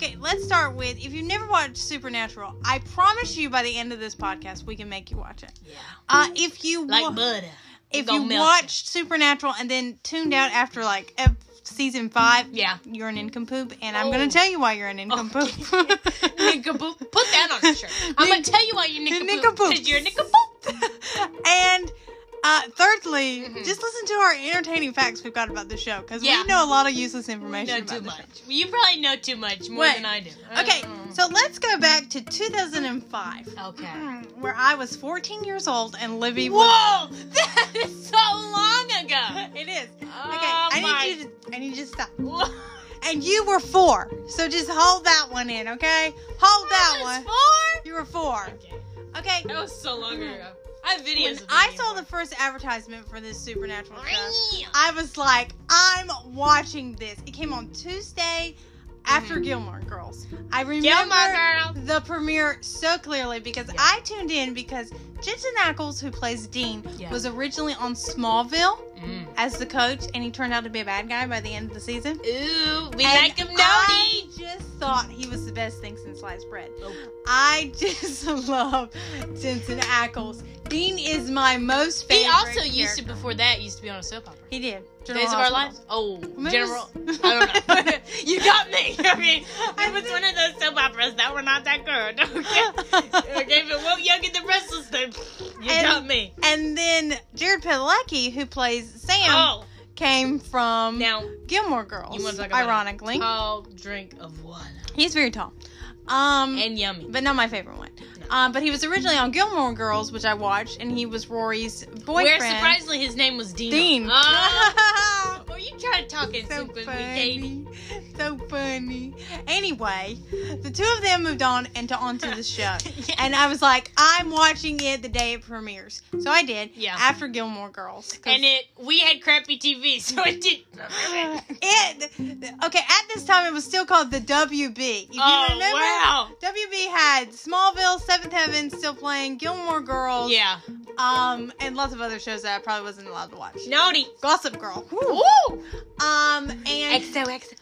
[SPEAKER 2] Okay, let's start with if you've never watched Supernatural, I promise you by the end of this podcast we can make you watch it.
[SPEAKER 1] Yeah.
[SPEAKER 2] Uh, if you wa-
[SPEAKER 1] Like butter.
[SPEAKER 2] if
[SPEAKER 1] gonna
[SPEAKER 2] you
[SPEAKER 1] melt
[SPEAKER 2] watched Supernatural and then tuned out after like ep- season five,
[SPEAKER 1] Yeah.
[SPEAKER 2] you're an nincompoop, and I'm
[SPEAKER 1] Oh.
[SPEAKER 2] gonna tell you why you're an nincompoop.
[SPEAKER 1] Nincompoop. Put that on a shirt. I'm gonna
[SPEAKER 2] Ninc-
[SPEAKER 1] tell you why you're nincompoop.
[SPEAKER 2] Nincompoop.
[SPEAKER 1] Because you're a nincompoop.
[SPEAKER 2] and uh, thirdly,
[SPEAKER 1] Mhm.
[SPEAKER 2] just listen to our entertaining facts we've got about the show because
[SPEAKER 1] Yeah.
[SPEAKER 2] we know a lot of useless
[SPEAKER 1] You
[SPEAKER 2] information
[SPEAKER 1] know
[SPEAKER 2] about
[SPEAKER 1] too
[SPEAKER 2] the
[SPEAKER 1] much.
[SPEAKER 2] show.
[SPEAKER 1] You probably know too much more
[SPEAKER 2] Wait.
[SPEAKER 1] than I do.
[SPEAKER 2] Okay,
[SPEAKER 1] Uh,
[SPEAKER 2] so let's go back to 2005.
[SPEAKER 1] okay.
[SPEAKER 2] where I was 14 years old and Libby was.
[SPEAKER 1] Whoa! That is so long ago.
[SPEAKER 2] It is. Okay,
[SPEAKER 1] Oh
[SPEAKER 2] I
[SPEAKER 1] my-
[SPEAKER 2] need you to I need you to stop.
[SPEAKER 1] Whoa.
[SPEAKER 2] And you were 4. So just hold that one in, okay? Hold
[SPEAKER 1] I
[SPEAKER 2] that
[SPEAKER 1] was
[SPEAKER 2] one.
[SPEAKER 1] Four.
[SPEAKER 2] You were 4.
[SPEAKER 1] Okay.
[SPEAKER 2] Okay.
[SPEAKER 1] That was so long ago. I have videos.
[SPEAKER 2] When
[SPEAKER 1] of
[SPEAKER 2] I saw the first advertisement for this supernatural show,
[SPEAKER 1] the.
[SPEAKER 2] I was like, I'm watching this. It came on Tuesday after
[SPEAKER 1] Mm-hmm.
[SPEAKER 2] Gilmore Girls. I remember
[SPEAKER 1] Yeah, my girl.
[SPEAKER 2] the premiere so clearly because
[SPEAKER 1] Yeah.
[SPEAKER 2] I tuned in because Jensen Ackles, who plays Dean,
[SPEAKER 1] Yeah.
[SPEAKER 2] was originally on Smallville,
[SPEAKER 1] Mm.
[SPEAKER 2] as the coach, and he turned out to be a bad guy by the end of the season.
[SPEAKER 1] Ooh, we
[SPEAKER 2] And
[SPEAKER 1] like him
[SPEAKER 2] I
[SPEAKER 1] naughty.
[SPEAKER 2] just thought he was the best thing since sliced bread.
[SPEAKER 1] Oh.
[SPEAKER 2] I just love Jensen Ackles. Dean is my most favorite.
[SPEAKER 1] He also used to
[SPEAKER 2] character.
[SPEAKER 1] before that used to be on a soap opera.
[SPEAKER 2] He did.
[SPEAKER 1] Days of Our Lives. Oh,
[SPEAKER 2] Moose.
[SPEAKER 1] General. I don't know. you got me. I mean, it was one of those soap operas that were not that good. Okay, okay, but Will Young and the Restless. Then you
[SPEAKER 2] And-
[SPEAKER 1] got me.
[SPEAKER 2] And then Jared Padalecki, who plays Sam,
[SPEAKER 1] Oh,
[SPEAKER 2] came from
[SPEAKER 1] now
[SPEAKER 2] Gilmore Girls.
[SPEAKER 1] You wanna talk about
[SPEAKER 2] ironically,
[SPEAKER 1] tall drink of water
[SPEAKER 2] he's very tall. Um,
[SPEAKER 1] and yummy.
[SPEAKER 2] but not my favorite one.
[SPEAKER 1] No.
[SPEAKER 2] Um, but he was originally on Gilmore Girls, which I watched, and he was Rory's boyfriend.
[SPEAKER 1] Where surprisingly his name was Dean.
[SPEAKER 2] Dean.
[SPEAKER 1] Oh, were you trying to talk in
[SPEAKER 2] so
[SPEAKER 1] super baby?
[SPEAKER 2] funny. So funny. Anyway, the two of them moved on and to onto the show.
[SPEAKER 1] Yeah.
[SPEAKER 2] And I was like, I'm watching it the day it premieres. So I did.
[SPEAKER 1] Yeah.
[SPEAKER 2] After Gilmore Girls. 'cause
[SPEAKER 1] And it we had crappy TV, so it did. not
[SPEAKER 2] it okay, at this time it was still called the WB. If you
[SPEAKER 1] Oh
[SPEAKER 2] remember,
[SPEAKER 1] wow!
[SPEAKER 2] WB had Smallville, Seventh Heaven still playing, Gilmore Girls,
[SPEAKER 1] Yeah,
[SPEAKER 2] um, and lots of other shows that I probably wasn't allowed to watch.
[SPEAKER 1] naughty.
[SPEAKER 2] Gossip Girl. Woo.
[SPEAKER 1] Ooh.
[SPEAKER 2] Um and
[SPEAKER 1] XOXO.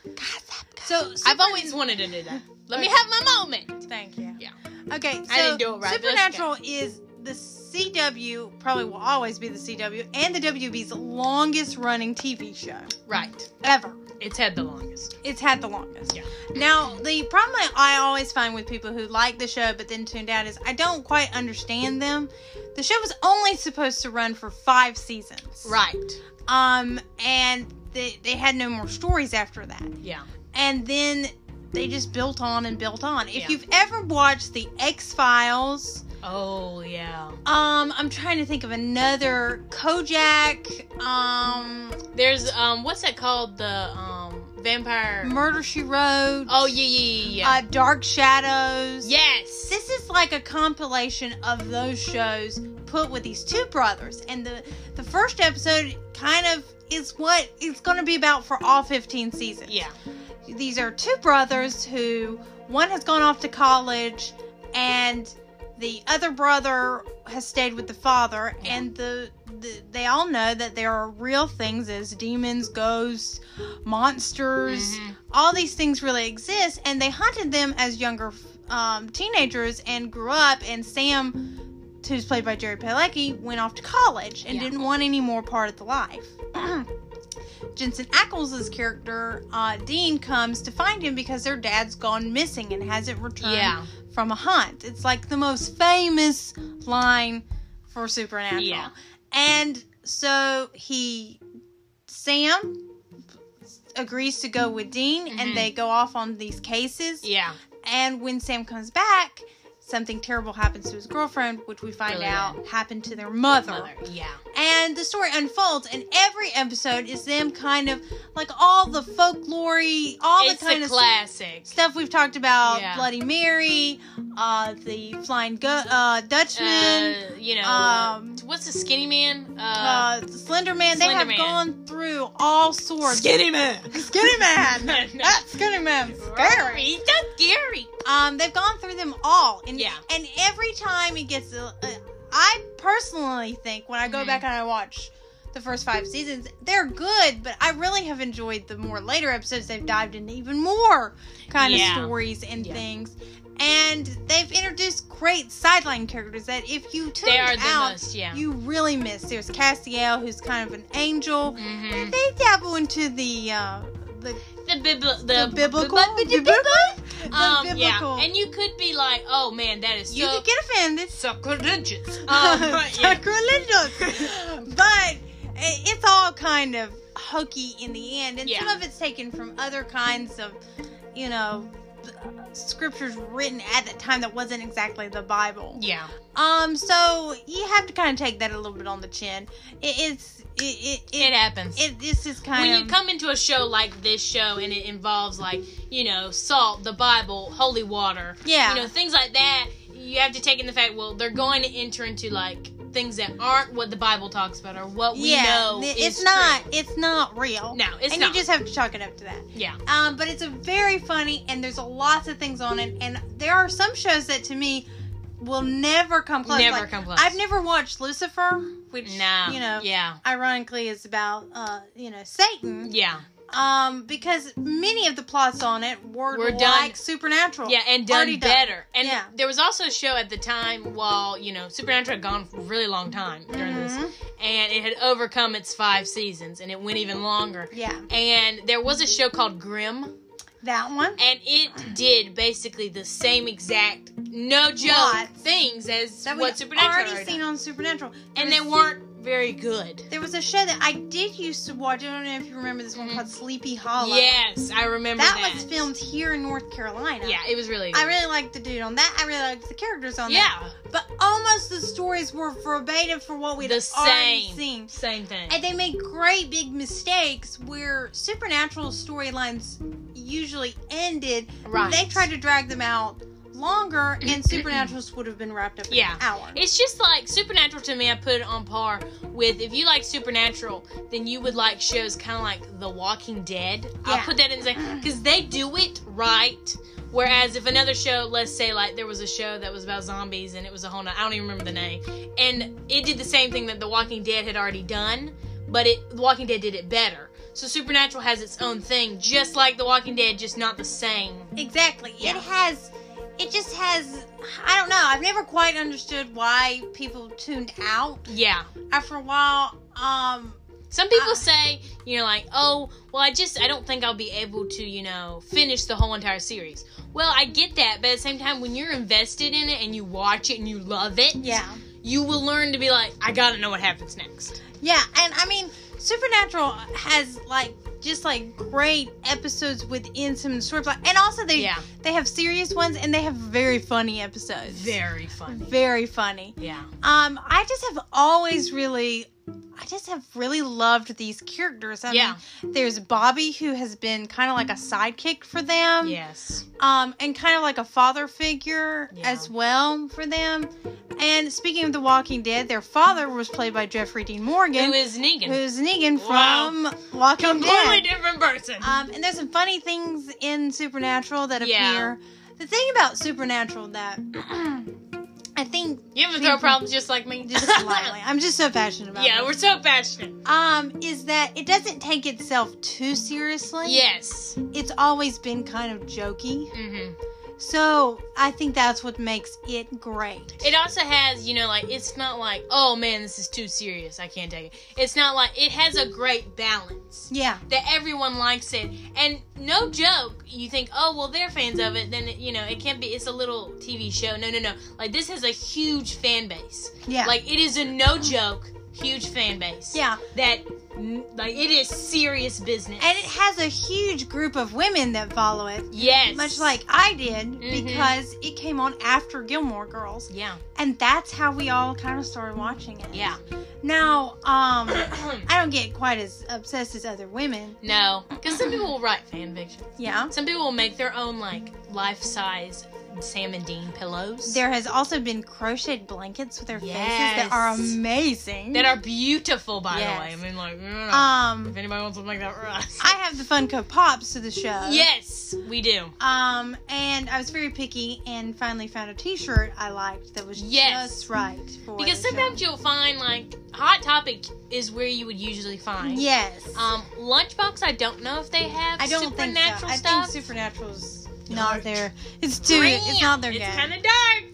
[SPEAKER 2] so,
[SPEAKER 1] I've always wanted to do that. Let me have my moment.
[SPEAKER 2] Thank you.
[SPEAKER 1] Yeah.
[SPEAKER 2] Okay. So
[SPEAKER 1] I didn't do it right, but that's
[SPEAKER 2] Supernatural is the CW probably will always be the CW and the WB's longest running TV show
[SPEAKER 1] Right.
[SPEAKER 2] ever.
[SPEAKER 1] It's had the longest.
[SPEAKER 2] It's had the longest.
[SPEAKER 1] Yeah.
[SPEAKER 2] Now the problem I- I always find with people who like the show but then tuned out is I don't quite understand them. The show was only supposed to run for five seasons.
[SPEAKER 1] Right.
[SPEAKER 2] Um, and they they had no more stories after that
[SPEAKER 1] Yeah.
[SPEAKER 2] and then they just built on and built on. If
[SPEAKER 1] Yeah.
[SPEAKER 2] you've ever watched the X Files,
[SPEAKER 1] Oh yeah.
[SPEAKER 2] um, I'm trying to think of another Kojak, um,
[SPEAKER 1] There's um what's that called? The um vampire
[SPEAKER 2] Murder She Wrote.
[SPEAKER 1] Oh yeah yeah yeah. yeah.
[SPEAKER 2] uh, Dark Shadows.
[SPEAKER 1] yes.
[SPEAKER 2] This is like a compilation of those shows put with these two brothers, and the the first episode kind of is what it's going to be about for all 15 seasons.
[SPEAKER 1] Yeah.
[SPEAKER 2] these are two brothers who one has gone off to college and the other brother has stayed with the father and the, the they all know that there are real things as demons ghosts monsters
[SPEAKER 1] Mhm.
[SPEAKER 2] all these things really exist and they hunted them as younger um, teenagers and grew up and sam who's played by jerry Padalecki, went off to college and
[SPEAKER 1] Yeah.
[SPEAKER 2] didn't want any more part of the life jensen ackles' character uh, dean comes to find him because their dad's gone missing and hasn't returned
[SPEAKER 1] Yeah.
[SPEAKER 2] from a hunt it's like the most famous line for supernatural
[SPEAKER 1] Yeah.
[SPEAKER 2] and so he sam agrees to go with dean
[SPEAKER 1] Mhm.
[SPEAKER 2] and they go off on these cases
[SPEAKER 1] Yeah.
[SPEAKER 2] and when Sam comes back, something terrible happens to his girlfriend, which we find
[SPEAKER 1] Really
[SPEAKER 2] out happened to their mother.
[SPEAKER 1] Mother. Yeah.
[SPEAKER 2] And the story unfolds, and every episode is them kind of like all the folklore, all
[SPEAKER 1] it's
[SPEAKER 2] the kind
[SPEAKER 1] a
[SPEAKER 2] of
[SPEAKER 1] classic.
[SPEAKER 2] stuff we've talked about
[SPEAKER 1] Yeah.
[SPEAKER 2] Bloody Mary, uh, the Flying Go- uh,
[SPEAKER 1] Uh,
[SPEAKER 2] Dutchman.
[SPEAKER 1] you know,
[SPEAKER 2] um,
[SPEAKER 1] what's the skinny man? Uh,
[SPEAKER 2] uh, Slender Man, they
[SPEAKER 1] Slender
[SPEAKER 2] have
[SPEAKER 1] Man.
[SPEAKER 2] gone through all sorts.
[SPEAKER 1] skinny man.
[SPEAKER 2] uh, Skinny Man!
[SPEAKER 1] No.
[SPEAKER 2] that Skinny Man's scary!
[SPEAKER 1] He's not scary.
[SPEAKER 2] Um, they've gone through them all, and
[SPEAKER 1] Yeah.
[SPEAKER 2] and every time it gets, a- uh, I personally think when I go
[SPEAKER 1] Mhm.
[SPEAKER 2] back and I watch the first five seasons, they're good, but I really have enjoyed the more later episodes. They've dived into even more kind
[SPEAKER 1] Yeah.
[SPEAKER 2] of stories and
[SPEAKER 1] Yeah.
[SPEAKER 2] things, and they've introduced great sideline characters that if you tuned
[SPEAKER 1] They are the
[SPEAKER 2] out,
[SPEAKER 1] most. Yeah.
[SPEAKER 2] you really miss. There's Castiel, who's kind of an angel.
[SPEAKER 1] hmm
[SPEAKER 2] and They dabble into the uh, the,
[SPEAKER 1] The, bibli-
[SPEAKER 2] the,
[SPEAKER 1] the,
[SPEAKER 2] biblical,
[SPEAKER 1] the biblical-
[SPEAKER 2] the
[SPEAKER 1] um,
[SPEAKER 2] biblical.
[SPEAKER 1] Yeah. And you could be like, oh man, that is so
[SPEAKER 2] you could get offended.
[SPEAKER 1] sacrilegious. Um, but yeah.
[SPEAKER 2] Sacrilegious. but i- it's all kind of hokey in the end, and some
[SPEAKER 1] Yeah.
[SPEAKER 2] of it's taken from other kinds of, you know, scriptures written at the time that wasn't exactly the Bible.
[SPEAKER 1] yeah.
[SPEAKER 2] Um, so you have to kind of take that a little bit on the chin. It, it's it it
[SPEAKER 1] It
[SPEAKER 2] it,
[SPEAKER 1] happens.
[SPEAKER 2] it this is kind
[SPEAKER 1] when you
[SPEAKER 2] of
[SPEAKER 1] come into a show like this show and it involves like, you know, salt, the Bible, holy water,
[SPEAKER 2] yeah.
[SPEAKER 1] you know, things like that, you have to take in the fact, well, they're going to enter into like things that aren't what the Bible talks about or what we
[SPEAKER 2] yeah,
[SPEAKER 1] know.
[SPEAKER 2] th-
[SPEAKER 1] is
[SPEAKER 2] it's not.
[SPEAKER 1] true.
[SPEAKER 2] It's not real.
[SPEAKER 1] No, it's
[SPEAKER 2] and
[SPEAKER 1] not.
[SPEAKER 2] you just have to chalk it up to that.
[SPEAKER 1] yeah.
[SPEAKER 2] Um, but it's a very funny, and there's lots of things on it. And there are some shows that to me will never come close.
[SPEAKER 1] Never
[SPEAKER 2] Like,
[SPEAKER 1] come close.
[SPEAKER 2] I've never watched Lucifer, which
[SPEAKER 1] No.
[SPEAKER 2] you know,
[SPEAKER 1] Yeah.
[SPEAKER 2] ironically is about uh, you know, Satan.
[SPEAKER 1] Yeah.
[SPEAKER 2] Um, because many of the plots on it were,
[SPEAKER 1] Were
[SPEAKER 2] like
[SPEAKER 1] done-
[SPEAKER 2] supernatural.
[SPEAKER 1] Yeah, and done
[SPEAKER 2] Oh, Already done.
[SPEAKER 1] better. And
[SPEAKER 2] Yeah.
[SPEAKER 1] there was also a show at the time while, you know, Supernatural had gone for a really long time during
[SPEAKER 2] Mhm.
[SPEAKER 1] this. And it had overcome its five seasons and it went even longer.
[SPEAKER 2] Yeah,
[SPEAKER 1] And there was a show called Grimm.
[SPEAKER 2] that one.
[SPEAKER 1] And it did basically the same exact, no joke,
[SPEAKER 2] Lots.
[SPEAKER 1] things as
[SPEAKER 2] That
[SPEAKER 1] what
[SPEAKER 2] we've
[SPEAKER 1] Supernatural
[SPEAKER 2] already
[SPEAKER 1] had
[SPEAKER 2] seen
[SPEAKER 1] done.
[SPEAKER 2] on Supernatural.
[SPEAKER 1] And they
[SPEAKER 2] There's-
[SPEAKER 1] weren't very good.
[SPEAKER 2] There was a show that I did used to watch. I don't know if you remember this one
[SPEAKER 1] Mhm.
[SPEAKER 2] called Sleepy Hollow.
[SPEAKER 1] Yes, I remember that.
[SPEAKER 2] that, was filmed here in North Carolina.
[SPEAKER 1] Yeah, it was really.
[SPEAKER 2] I really liked the dude on that. I really liked the characters on that.
[SPEAKER 1] yeah,
[SPEAKER 2] But almost the stories were verbatim for what we'd
[SPEAKER 1] the
[SPEAKER 2] already
[SPEAKER 1] same,
[SPEAKER 2] seen.
[SPEAKER 1] same thing.
[SPEAKER 2] And they make great big mistakes where supernatural storylines usually ended.
[SPEAKER 1] right.
[SPEAKER 2] They tried to drag them out longer, and supernaturals would have been wrapped up in
[SPEAKER 1] Yeah.
[SPEAKER 2] an hour.
[SPEAKER 1] It's just like Supernatural to me. I put it on par with if you like Supernatural, then you would like shows kind of like The Walking Dead.
[SPEAKER 2] Yeah.
[SPEAKER 1] I'll put that in because they do it right. Whereas if another show, let's say like there was a show that was about zombies and it was a whole, no- I don't even remember the name, and it did the same thing that The Walking Dead had already done, but it The Walking Dead did it better. So Supernatural has its own thing, just like The Walking Dead, just not the same.
[SPEAKER 2] Exactly.
[SPEAKER 1] Yeah.
[SPEAKER 2] It has. It just has. I don't know. I've never quite understood why people tuned out
[SPEAKER 1] Yeah.
[SPEAKER 2] after a while. Um.
[SPEAKER 1] Some people
[SPEAKER 2] Uh,
[SPEAKER 1] say, you know, like, oh, well, I just, I don't think I'll be able to, you know, finish the whole entire series. Well, I get that, but at the same time, when you're invested in it and you watch it and you love it,
[SPEAKER 2] Yeah.
[SPEAKER 1] you will learn to be like, I gotta know what happens next.
[SPEAKER 2] Yeah, and I mean, Supernatural has like just like great episodes within some storyline, and also they
[SPEAKER 1] Yeah.
[SPEAKER 2] they have serious ones and they have very funny episodes.
[SPEAKER 1] Very funny.
[SPEAKER 2] Very funny.
[SPEAKER 1] Yeah.
[SPEAKER 2] Um, I just have always really, I just have really loved these characters. I
[SPEAKER 1] Yeah.
[SPEAKER 2] Mean, there's Bobby who has been kind of like a sidekick for them.
[SPEAKER 1] Yes.
[SPEAKER 2] Um, and kind of like a father figure
[SPEAKER 1] Yeah.
[SPEAKER 2] as well for them. And speaking of The Walking Dead, their father was played by Jeffrey Dean Morgan
[SPEAKER 1] Who is Negan?
[SPEAKER 2] who's Negan
[SPEAKER 1] Wow.
[SPEAKER 2] from Walking
[SPEAKER 1] Completely
[SPEAKER 2] Dead.
[SPEAKER 1] different person.
[SPEAKER 2] Um, and there's some funny things in Supernatural that
[SPEAKER 1] Yeah.
[SPEAKER 2] appear. The thing about Supernatural that I think
[SPEAKER 1] you ever throw problems just like me?
[SPEAKER 2] just slightly, I'm just so passionate about.
[SPEAKER 1] yeah,
[SPEAKER 2] it,
[SPEAKER 1] we're so passionate.
[SPEAKER 2] um, is that it doesn't take itself too seriously.
[SPEAKER 1] Yes.
[SPEAKER 2] it's always been kind of jokey.
[SPEAKER 1] Mm-hmm.
[SPEAKER 2] So I think that's what makes it great.
[SPEAKER 1] It also has, you know, like it's not like, oh man, this is too serious. I can't take it. It's not like it has a great balance
[SPEAKER 2] yeah,
[SPEAKER 1] that everyone likes it. And no joke, you think, oh well, they're fans of it. Then you know, it can't be. It's a little TV show. No, no, no. Like this has a huge fan base.
[SPEAKER 2] yeah,
[SPEAKER 1] Like it is a no joke, huge fan base.
[SPEAKER 2] yeah.
[SPEAKER 1] That n- like it is serious business.
[SPEAKER 2] And it has a huge group of women that follow it.
[SPEAKER 1] yes,
[SPEAKER 2] much like I did
[SPEAKER 1] Mhm.
[SPEAKER 2] because it came on after Gilmore Girls,
[SPEAKER 1] yeah,
[SPEAKER 2] and that's how we all kind of started watching it.
[SPEAKER 1] yeah.
[SPEAKER 2] Now, um, I don't get quite as obsessed as other women.
[SPEAKER 1] no, because some people will write fan fiction.
[SPEAKER 2] Yeah.
[SPEAKER 1] Some people will make their own like life size Sam and Dean pillows.
[SPEAKER 2] There has also been crocheted blankets with their faces that
[SPEAKER 1] Yes.
[SPEAKER 2] are amazing.
[SPEAKER 1] that are beautiful, by
[SPEAKER 2] Yes.
[SPEAKER 1] the way. I mean, like, ugh,
[SPEAKER 2] um,
[SPEAKER 1] if anybody wants something like that for us.
[SPEAKER 2] I have the Funko Pops to the show.
[SPEAKER 1] yes, we do.
[SPEAKER 2] Um, and I was very picky and finally found a T-shirt I liked that was
[SPEAKER 1] Yes.
[SPEAKER 2] just right for
[SPEAKER 1] Because
[SPEAKER 2] the show.
[SPEAKER 1] sometimes you'll find like Hot Topic is where you would usually find.
[SPEAKER 2] yes.
[SPEAKER 1] Um, Lunchbox, I don't know if they have
[SPEAKER 2] I don't think so.
[SPEAKER 1] supernatural
[SPEAKER 2] I
[SPEAKER 1] stuff.
[SPEAKER 2] think Supernatural's
[SPEAKER 1] Dark.
[SPEAKER 2] not there. It's too. It's not their
[SPEAKER 1] It's
[SPEAKER 2] game.
[SPEAKER 1] kind of dark.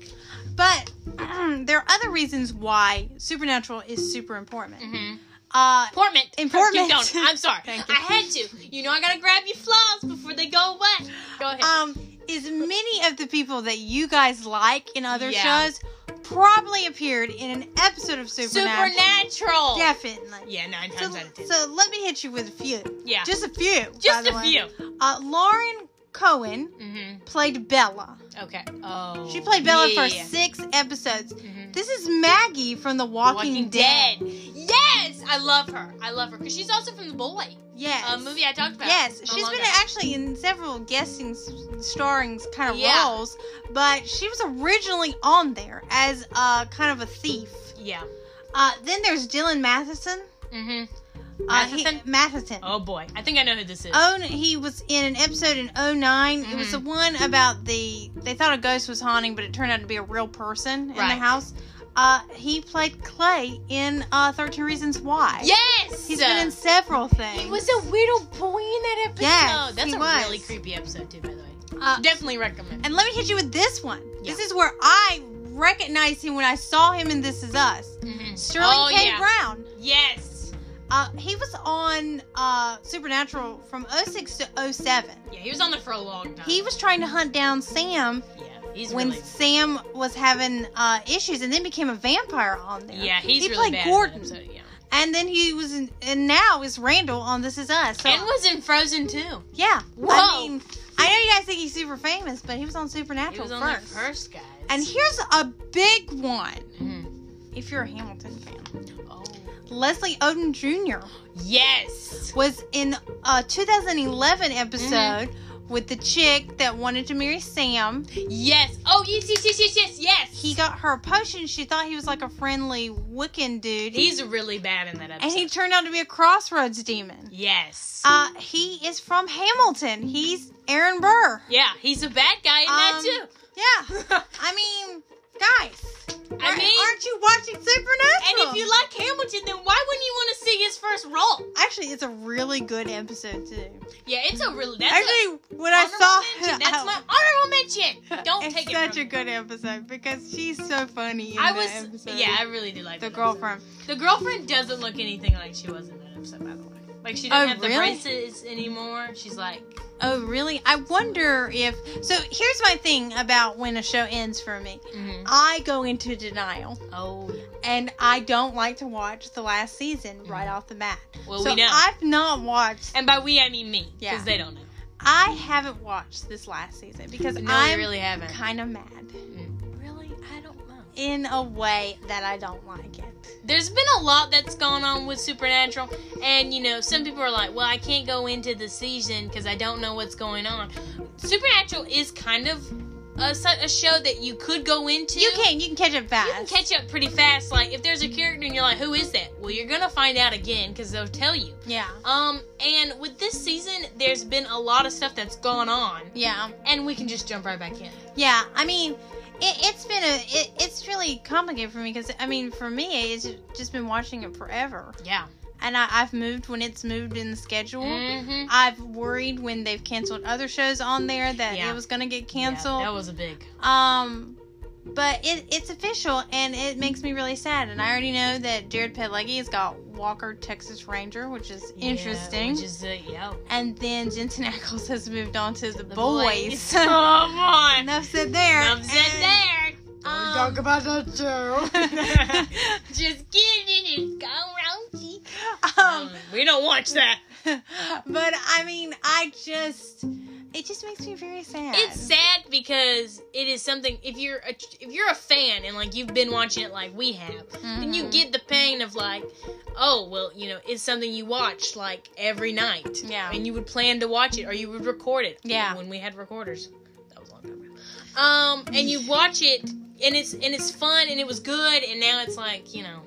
[SPEAKER 2] But there are other reasons why Supernatural is super important.
[SPEAKER 1] Mm-hmm.
[SPEAKER 2] Uh,
[SPEAKER 1] Portment.
[SPEAKER 2] Important.
[SPEAKER 1] Keep going. I'm sorry.
[SPEAKER 2] Thank you.
[SPEAKER 1] I had to. You know, I gotta grab your flaws before they go away. Go ahead.
[SPEAKER 2] um, is many of the people that you guys like in other
[SPEAKER 1] Yeah.
[SPEAKER 2] shows probably appeared in an episode of Supernatural.
[SPEAKER 1] Supernatural.
[SPEAKER 2] Definitely.
[SPEAKER 1] Yeah, nine
[SPEAKER 2] So,
[SPEAKER 1] times out of ten.
[SPEAKER 2] so let me hit you with a few.
[SPEAKER 1] yeah. Just,
[SPEAKER 2] Ah. Just a few. by the
[SPEAKER 1] a
[SPEAKER 2] way.
[SPEAKER 1] few.
[SPEAKER 2] Uh, Lauren Cohen
[SPEAKER 1] Mm-hmm.
[SPEAKER 2] played Bella.
[SPEAKER 1] Okay. Oh.
[SPEAKER 2] She played Bella
[SPEAKER 1] yeah,
[SPEAKER 2] for
[SPEAKER 1] yeah,
[SPEAKER 2] six episodes.
[SPEAKER 1] yeah. Mhm.
[SPEAKER 2] This is Maggie from The Walking, Dead.
[SPEAKER 1] Yes, I love her. I love her because she's also from The Boy,
[SPEAKER 2] Yes.
[SPEAKER 1] a movie I talked about.
[SPEAKER 2] Yes,
[SPEAKER 1] not
[SPEAKER 2] she's
[SPEAKER 1] long
[SPEAKER 2] been
[SPEAKER 1] ago.
[SPEAKER 2] actually in several guesting, s- starring kind of
[SPEAKER 1] Yeah.
[SPEAKER 2] roles, but she was originally on there as uh, kind of a thief.
[SPEAKER 1] Yeah.
[SPEAKER 2] Uh, then there's Dylan Matheson,
[SPEAKER 1] Mm-hmm. Matheson?
[SPEAKER 2] Uh, he, Matheson.
[SPEAKER 1] Oh boy, I think I know who this is.
[SPEAKER 2] Own, he was in an episode in 9 It was
[SPEAKER 1] Mhm.
[SPEAKER 2] the one about the they thought a ghost was haunting, but it turned out to be a real person in
[SPEAKER 1] Right.
[SPEAKER 2] the house. Uh, he played Clay in uh, Thirteen Reasons Why.
[SPEAKER 1] yes,
[SPEAKER 2] he's been in several things.
[SPEAKER 1] He was a weirdo boy in that episode. Oh,
[SPEAKER 2] Yes,
[SPEAKER 1] that's
[SPEAKER 2] he
[SPEAKER 1] a
[SPEAKER 2] was.
[SPEAKER 1] really creepy episode too, by the way.
[SPEAKER 2] Uh,
[SPEAKER 1] Definitely recommend.
[SPEAKER 2] and let me hit you with this one.
[SPEAKER 1] Yeah.
[SPEAKER 2] This is where I recognized him when I saw him in This Is Us.
[SPEAKER 1] Mhm.
[SPEAKER 2] Sterling
[SPEAKER 1] Oh,
[SPEAKER 2] K.
[SPEAKER 1] yeah.
[SPEAKER 2] Brown.
[SPEAKER 1] Yes.
[SPEAKER 2] Uh, he was on uh, Supernatural from 06 to 07.
[SPEAKER 1] Yeah, he was on there for a long time.
[SPEAKER 2] He was trying to hunt down Sam
[SPEAKER 1] Yeah, he's
[SPEAKER 2] when
[SPEAKER 1] really.
[SPEAKER 2] Sam was having uh, issues and then became a vampire on there.
[SPEAKER 1] Yeah, he's
[SPEAKER 2] he
[SPEAKER 1] really
[SPEAKER 2] played
[SPEAKER 1] bad in that
[SPEAKER 2] Gordon.
[SPEAKER 1] episode, yeah.
[SPEAKER 2] And then he was, in, and now is Randall on This Is Us. So,
[SPEAKER 1] and was in Frozen too.
[SPEAKER 2] yeah. I
[SPEAKER 1] Whoa.
[SPEAKER 2] mean, I know you guys think he's super famous, but he was on
[SPEAKER 1] He
[SPEAKER 2] Supernatural
[SPEAKER 1] was on there
[SPEAKER 2] first.
[SPEAKER 1] first, guys.
[SPEAKER 2] And here's a big one. Mm-hmm.
[SPEAKER 1] Mhm.
[SPEAKER 2] If you're a Hamilton fan,
[SPEAKER 1] oh.
[SPEAKER 2] Leslie Odom Jr.
[SPEAKER 1] yes.
[SPEAKER 2] was in a 2011
[SPEAKER 1] Mm-hmm.
[SPEAKER 2] episode with the chick that wanted to marry Sam.
[SPEAKER 1] Yes. Oh, yes, yes, yes, yes, yes, yes.
[SPEAKER 2] He got her a potion. She thought he was like a friendly Wiccan dude.
[SPEAKER 1] He's really bad in that episode.
[SPEAKER 2] and he turned out to be a crossroads demon.
[SPEAKER 1] yes.
[SPEAKER 2] Uh, he is from Hamilton. He's Aaron Burr.
[SPEAKER 1] yeah, he's a bad guy in that
[SPEAKER 2] Um,
[SPEAKER 1] too.
[SPEAKER 2] Yeah. I mean, guys,
[SPEAKER 1] I
[SPEAKER 2] aren't-
[SPEAKER 1] mean,
[SPEAKER 2] aren't you watching
[SPEAKER 1] and
[SPEAKER 2] Supernatural?
[SPEAKER 1] if you like Hamilton, then why wouldn't you want to see his first role?
[SPEAKER 2] actually, it's a really good episode too.
[SPEAKER 1] Yeah, it's a really that's a
[SPEAKER 2] actually, when I
[SPEAKER 1] honorable
[SPEAKER 2] saw
[SPEAKER 1] mention. that's my honorable mention. Don't
[SPEAKER 2] it's
[SPEAKER 1] take it.
[SPEAKER 2] such
[SPEAKER 1] from
[SPEAKER 2] a good episode because she's so funny.
[SPEAKER 1] me.
[SPEAKER 2] In
[SPEAKER 1] I
[SPEAKER 2] that
[SPEAKER 1] was
[SPEAKER 2] episode.
[SPEAKER 1] yeah, I really do like
[SPEAKER 2] the
[SPEAKER 1] that
[SPEAKER 2] girlfriend.
[SPEAKER 1] episode. The girlfriend doesn't look anything like she was in that episode, by the way. Like she doesn't
[SPEAKER 2] Oh,
[SPEAKER 1] have the
[SPEAKER 2] really?
[SPEAKER 1] braces anymore. She's like,
[SPEAKER 2] Oh, really? I wonder if. So here's my thing about when a show ends for me.
[SPEAKER 1] mhm.
[SPEAKER 2] I go into denial,
[SPEAKER 1] oh, yeah.
[SPEAKER 2] and I don't like to watch the last season right off the bat.
[SPEAKER 1] well
[SPEAKER 2] so
[SPEAKER 1] we know.
[SPEAKER 2] I've not watched.
[SPEAKER 1] and by we I mean me, because
[SPEAKER 2] Yeah.
[SPEAKER 1] they don't know.
[SPEAKER 2] I haven't watched this last season because
[SPEAKER 1] No,
[SPEAKER 2] I'm
[SPEAKER 1] we really haven't.
[SPEAKER 2] kind of mad
[SPEAKER 1] Really, I don't know.
[SPEAKER 2] in a way that I don't like it.
[SPEAKER 1] there's been a lot that's gone on with Supernatural, and you know, some people are like, "Well, I can't go into the season because I don't know what's going on." Supernatural is kind of a, su- a show that you could go into.
[SPEAKER 2] You can you can catch it fast.
[SPEAKER 1] You can catch up pretty fast. Like if there's a character and you're like, "Who is that?" Well, you're gonna find out again because they'll tell you.
[SPEAKER 2] yeah.
[SPEAKER 1] Um, and with this season, there's been a lot of stuff that's gone on,
[SPEAKER 2] Yeah.
[SPEAKER 1] and we can just jump right back in.
[SPEAKER 2] Yeah, I mean, it, it's been a it, it's really complicated for me because I mean, for me, it's just been watching it forever,
[SPEAKER 1] Yeah.
[SPEAKER 2] and I, I've moved when it's moved in the schedule.
[SPEAKER 1] Mm-hmm.
[SPEAKER 2] I've worried when they've canceled other shows on there that
[SPEAKER 1] Yeah.
[SPEAKER 2] it was gonna get canceled.
[SPEAKER 1] that was a big.
[SPEAKER 2] um, but it it's official and it makes me really sad. And I already know that Jared Padalecki has got Walker Texas Ranger, which is
[SPEAKER 1] Yeah,
[SPEAKER 2] interesting.
[SPEAKER 1] which is, uh, yeah.
[SPEAKER 2] and then Jensen Ackles has moved on to the,
[SPEAKER 1] The
[SPEAKER 2] boys.
[SPEAKER 1] Come on.
[SPEAKER 2] Enough said there.
[SPEAKER 1] Nubs in
[SPEAKER 2] And-
[SPEAKER 1] there.
[SPEAKER 2] Um,
[SPEAKER 1] about that too. Just kidding. It's gone
[SPEAKER 2] um,
[SPEAKER 1] wrong. We don't watch that.
[SPEAKER 2] but I mean, I just it just makes me very sad.
[SPEAKER 1] It's sad because it is something. If you're a, if you're a fan and like you've been watching it like we have, then you
[SPEAKER 2] Mhm.
[SPEAKER 1] get the pain of like, oh well, you know, it's something you watch like every night.
[SPEAKER 2] Yeah.
[SPEAKER 1] And you would plan to watch it or you would record it.
[SPEAKER 2] Yeah.
[SPEAKER 1] When we had recorders, that was a long time ago. Um, and you watch it and it's and it's fun and it was good and now it's like you know,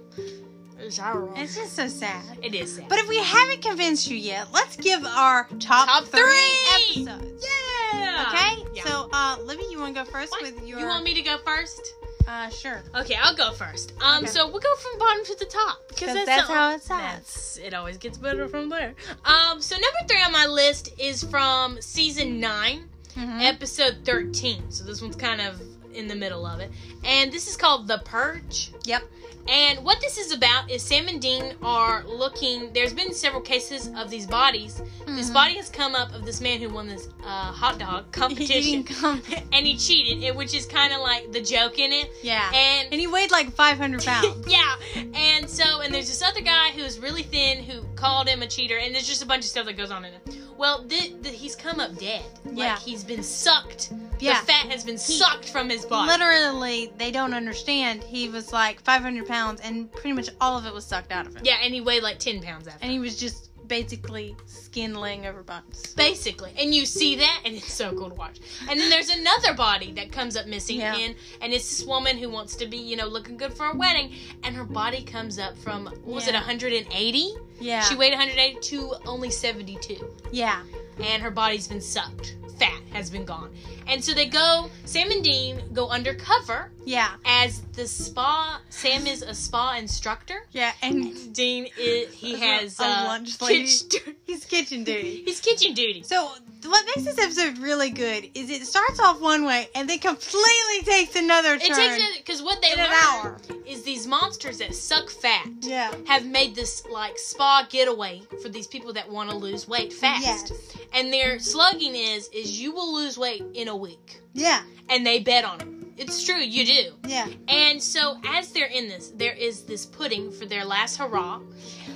[SPEAKER 1] it's our
[SPEAKER 2] It's just so sad.
[SPEAKER 1] It is sad.
[SPEAKER 2] But if we haven't convinced you yet, let's give our top,
[SPEAKER 1] Top
[SPEAKER 2] three,
[SPEAKER 1] three!
[SPEAKER 2] episodes.
[SPEAKER 1] yeah.
[SPEAKER 2] Okay,
[SPEAKER 1] Yeah.
[SPEAKER 2] so uh, Libby, you want to go first
[SPEAKER 1] What?
[SPEAKER 2] with your?
[SPEAKER 1] you want me to go first?
[SPEAKER 2] Uh, sure.
[SPEAKER 1] Okay, I'll go first. Um,
[SPEAKER 2] Okay.
[SPEAKER 1] so we'll go from bottom to the top
[SPEAKER 2] 'Cause
[SPEAKER 1] because that's,
[SPEAKER 2] that's
[SPEAKER 1] the-
[SPEAKER 2] how it sounds.
[SPEAKER 1] that's- It always gets better from there. Um, so number three on my list is from season 9
[SPEAKER 2] Mhm.
[SPEAKER 1] episode thirteen. So this one's kind of in the middle of it, and this is called the Purge.
[SPEAKER 2] Yep.
[SPEAKER 1] And what this is about is Sam and Dean are looking. There's been several cases of these bodies. This
[SPEAKER 2] Mhm.
[SPEAKER 1] body has come up of this man who won this uh, hot dog
[SPEAKER 2] Eating
[SPEAKER 1] competition,
[SPEAKER 2] cum-
[SPEAKER 1] and he cheated, and- which is kind of like the joke in it.
[SPEAKER 2] Yeah.
[SPEAKER 1] And
[SPEAKER 2] And he weighed like 500 pounds.
[SPEAKER 1] yeah. And so, and there's this other guy who's really thin who called him a cheater, and there's just a bunch of stuff that goes on in it. Well, th- th- he's come up dead. Like,
[SPEAKER 2] Yeah.
[SPEAKER 1] he's been sucked.
[SPEAKER 2] yeah.
[SPEAKER 1] The fat has been sucked from his body.
[SPEAKER 2] Literally, they don't understand. He was like 500 pounds, and pretty much all of it was sucked out of him.
[SPEAKER 1] yeah, and he weighed like 10 pounds after.
[SPEAKER 2] and he was just basically skin laying over buns.
[SPEAKER 1] Basically. And you see that, and it's so cool to watch. And then there's another body that comes up missing
[SPEAKER 2] Yeah.
[SPEAKER 1] in, and it's this woman who wants to be, you know, looking good for a wedding, and her body comes up from, what was it,
[SPEAKER 2] Yeah.
[SPEAKER 1] 180?
[SPEAKER 2] Yeah.
[SPEAKER 1] She weighed 180 to only 72.
[SPEAKER 2] yeah.
[SPEAKER 1] And her body's been sucked. Fat has been gone. And so they go, Sam and Dean go undercover
[SPEAKER 2] Yeah.
[SPEAKER 1] as the spa. Sam is a spa instructor.
[SPEAKER 2] Yeah. And
[SPEAKER 1] Dean is, he
[SPEAKER 2] A-
[SPEAKER 1] has
[SPEAKER 2] a
[SPEAKER 1] uh,
[SPEAKER 2] lunch lady.
[SPEAKER 1] kitchen-
[SPEAKER 2] he's kitchen duty.
[SPEAKER 1] his kitchen duties.
[SPEAKER 2] So what makes this episode really good is it starts off one way and then completely takes another turn.
[SPEAKER 1] It takes because what they
[SPEAKER 2] in
[SPEAKER 1] learn
[SPEAKER 2] an hour.
[SPEAKER 1] is these monsters that suck fat
[SPEAKER 2] Yeah.
[SPEAKER 1] have made this like spa getaway for these people that want to lose weight fast.
[SPEAKER 2] Yes.
[SPEAKER 1] And their slogan is is you will lose weight in a week,
[SPEAKER 2] Yeah.
[SPEAKER 1] and they bet on it. It's true, you do.
[SPEAKER 2] Yeah.
[SPEAKER 1] And so as they're in this, there is this pudding for their last hurrah,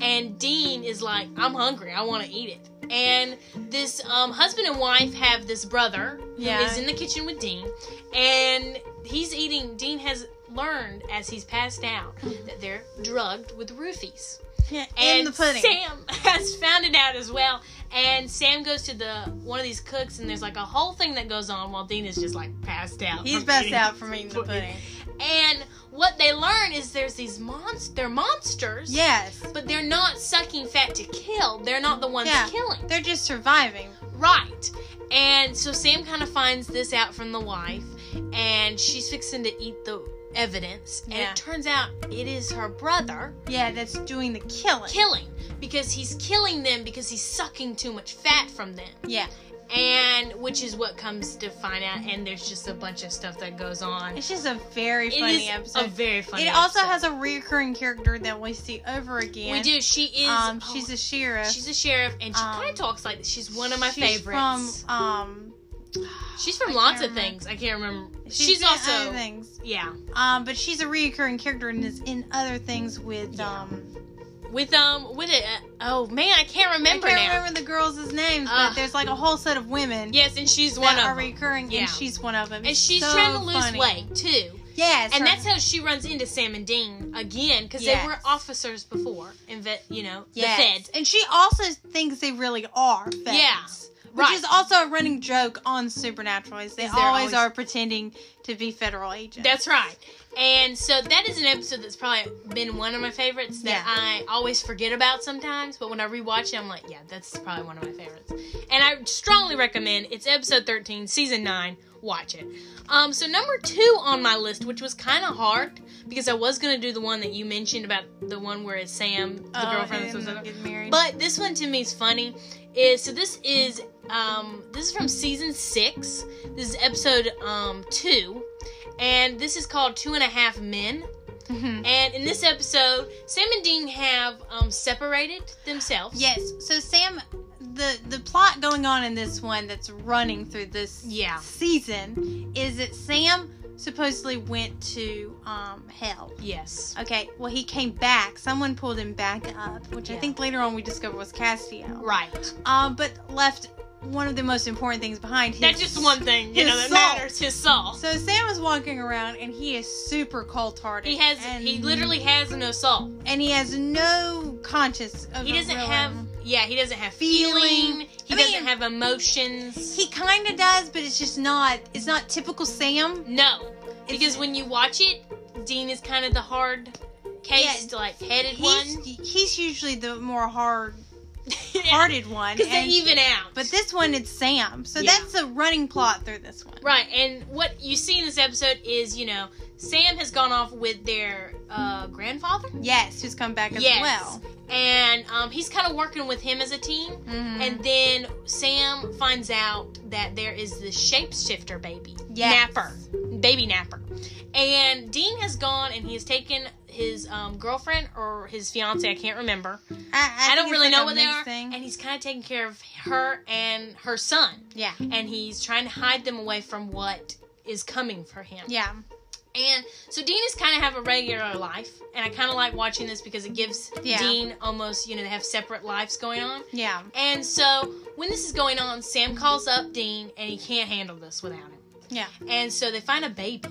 [SPEAKER 1] and Dean is like, "I'm hungry. I want to eat it." And this um, husband and wife have this brother
[SPEAKER 2] Yeah.
[SPEAKER 1] who is in the kitchen with Dean, and he's eating. Dean has learned as he's passed out that they're drugged with roofies.
[SPEAKER 2] Yeah.
[SPEAKER 1] And
[SPEAKER 2] Hmm. in the pudding.
[SPEAKER 1] Sam has found it out as well. And Sam goes to the one of these cooks, and there's like a whole thing that goes on while Dean is just like passed out.
[SPEAKER 2] He's
[SPEAKER 1] from
[SPEAKER 2] best
[SPEAKER 1] eating
[SPEAKER 2] out from eating the
[SPEAKER 1] pudding.
[SPEAKER 2] pudding.
[SPEAKER 1] and what they learn is there's these monsters. They're monsters.
[SPEAKER 2] Yes.
[SPEAKER 1] But they're not sucking fat to kill. They're not the ones
[SPEAKER 2] Yeah.
[SPEAKER 1] killing.
[SPEAKER 2] They're just surviving.
[SPEAKER 1] Right. And so Sam kind of finds this out from the wife, and she's fixing to eat the evidence. And
[SPEAKER 2] Yeah.
[SPEAKER 1] it turns out it is her brother
[SPEAKER 2] Yeah, that's doing the killing.
[SPEAKER 1] killing because he's killing them because he's sucking too much fat from them.
[SPEAKER 2] yeah.
[SPEAKER 1] And which is what comes to find out. And there's just a bunch of stuff that goes on.
[SPEAKER 2] It's just a very
[SPEAKER 1] It
[SPEAKER 2] funny
[SPEAKER 1] is
[SPEAKER 2] episode.
[SPEAKER 1] a very funny.
[SPEAKER 2] it also
[SPEAKER 1] episode.
[SPEAKER 2] has a reoccurring character that we see over again.
[SPEAKER 1] We do. She is.
[SPEAKER 2] Um,
[SPEAKER 1] oh,
[SPEAKER 2] she's a sheriff.
[SPEAKER 1] She's a sheriff, and she
[SPEAKER 2] Um,
[SPEAKER 1] kind of talks like she's one of my
[SPEAKER 2] She's
[SPEAKER 1] favorites.
[SPEAKER 2] From Oh um,
[SPEAKER 1] she's from
[SPEAKER 2] I
[SPEAKER 1] lots
[SPEAKER 2] can't
[SPEAKER 1] of
[SPEAKER 2] remember.
[SPEAKER 1] things. I can't remember. She's,
[SPEAKER 2] in
[SPEAKER 1] also
[SPEAKER 2] other things.
[SPEAKER 1] yeah
[SPEAKER 2] Um, but she's a reoccurring character and is in other things with
[SPEAKER 1] Yeah.
[SPEAKER 2] um.
[SPEAKER 1] with um with it. Uh, oh man, I can't remember
[SPEAKER 2] I can't
[SPEAKER 1] now.
[SPEAKER 2] remember the girls' names,
[SPEAKER 1] Ugh.
[SPEAKER 2] but there's like a whole set of women
[SPEAKER 1] Yes, and she's
[SPEAKER 2] that
[SPEAKER 1] one
[SPEAKER 2] are
[SPEAKER 1] of them.
[SPEAKER 2] recurring,
[SPEAKER 1] Yeah.
[SPEAKER 2] and she's one of them.
[SPEAKER 1] And
[SPEAKER 2] It's
[SPEAKER 1] she's
[SPEAKER 2] so
[SPEAKER 1] trying to lose
[SPEAKER 2] funny.
[SPEAKER 1] weight too,
[SPEAKER 2] Yes,
[SPEAKER 1] and
[SPEAKER 2] her-
[SPEAKER 1] that's how she runs into Sam and Dean again because
[SPEAKER 2] Yes.
[SPEAKER 1] they were officers before, and vet, you know,
[SPEAKER 2] yes.
[SPEAKER 1] the feds.
[SPEAKER 2] And she also thinks they really are feds.
[SPEAKER 1] Yeah,
[SPEAKER 2] Which
[SPEAKER 1] right.
[SPEAKER 2] is also a running joke on Supernatural is they
[SPEAKER 1] Is
[SPEAKER 2] always,
[SPEAKER 1] they're always-
[SPEAKER 2] are pretending to be federal agents.
[SPEAKER 1] That's right. And so that is an episode that's probably been one of my favorites that I always forget about sometimes, but when I rewatch it, I'm like, yeah, that's probably one of my favorites. And I strongly recommend it's episode 13, season 9. Watch it. Um, so number two on my list, which was kind of hard because I was gonna do the one that you mentioned about the one where it's Sam, the
[SPEAKER 2] Oh,
[SPEAKER 1] girlfriend,
[SPEAKER 2] and
[SPEAKER 1] that's supposed to-
[SPEAKER 2] get married.
[SPEAKER 1] but this one to me is funny. Is so this is um this is from season six. This is episode um two, and this is called Two and a Half Men.
[SPEAKER 2] Mhm.
[SPEAKER 1] And in this episode, Sam and Dean have um separated themselves.
[SPEAKER 2] yes, so Sam, the the plot going on in this one that's running through this
[SPEAKER 1] Yeah.
[SPEAKER 2] season is that Sam supposedly went to um, hell.
[SPEAKER 1] Yes.
[SPEAKER 2] Okay, well he came back. Someone pulled him back up, which I
[SPEAKER 1] Yeah.
[SPEAKER 2] think later on we discovered was Cassio.
[SPEAKER 1] Right.
[SPEAKER 2] Um, but left one of the most important things behind. His,
[SPEAKER 1] That's just one thing you
[SPEAKER 2] his
[SPEAKER 1] know that
[SPEAKER 2] soul.
[SPEAKER 1] matters. His soul.
[SPEAKER 2] So Sam is walking around and he is super cold hearted.
[SPEAKER 1] He has.
[SPEAKER 2] and,
[SPEAKER 1] he literally has no soul.
[SPEAKER 2] and he has no conscience. Of
[SPEAKER 1] He
[SPEAKER 2] a
[SPEAKER 1] doesn't
[SPEAKER 2] real-
[SPEAKER 1] have. Yeah. He doesn't have
[SPEAKER 2] Feeling.
[SPEAKER 1] feeling. He
[SPEAKER 2] I
[SPEAKER 1] doesn't
[SPEAKER 2] mean-
[SPEAKER 1] have emotions.
[SPEAKER 2] He kind of does, but it's just not. It's not typical Sam.
[SPEAKER 1] No, because when you watch it, Dean is kind of the hard case, like headed
[SPEAKER 2] He's,
[SPEAKER 1] one.
[SPEAKER 2] he's usually the more hard
[SPEAKER 1] Because
[SPEAKER 2] hearted one.
[SPEAKER 1] they
[SPEAKER 2] and-
[SPEAKER 1] even out.
[SPEAKER 2] but this one, it's Sam. So
[SPEAKER 1] Yeah.
[SPEAKER 2] that's the running plot through this one.
[SPEAKER 1] right, and what you see in this episode is, you know, Sam has gone off with their uh, grandfather,
[SPEAKER 2] Yes, who's come back as
[SPEAKER 1] Yes.
[SPEAKER 2] well.
[SPEAKER 1] and um, he's kind of working with him as a team.
[SPEAKER 2] Mhm.
[SPEAKER 1] And then Sam finds out that there is this shapeshifter baby.
[SPEAKER 2] Yes.
[SPEAKER 1] Napper. Baby napper. And Dean has gone and he has taken his um, girlfriend or his fiance, I can't remember.
[SPEAKER 2] I,
[SPEAKER 1] I,
[SPEAKER 2] think
[SPEAKER 1] don't
[SPEAKER 2] it's
[SPEAKER 1] really
[SPEAKER 2] like
[SPEAKER 1] know
[SPEAKER 2] a
[SPEAKER 1] what they
[SPEAKER 2] mixed
[SPEAKER 1] are.
[SPEAKER 2] Thing.
[SPEAKER 1] And he's kind of taking care of her and her son.
[SPEAKER 2] yeah,
[SPEAKER 1] And he's trying to hide them away from what is coming for him.
[SPEAKER 2] yeah,
[SPEAKER 1] And so Dean is kind of have a regular life. And I kind of like watching this because it gives
[SPEAKER 2] Yeah.
[SPEAKER 1] Dean almost, you know, they have separate lives going on.
[SPEAKER 2] yeah.
[SPEAKER 1] And so when this is going on, Sam calls up Dean and he can't handle this without him.
[SPEAKER 2] Yeah.
[SPEAKER 1] And so they find a baby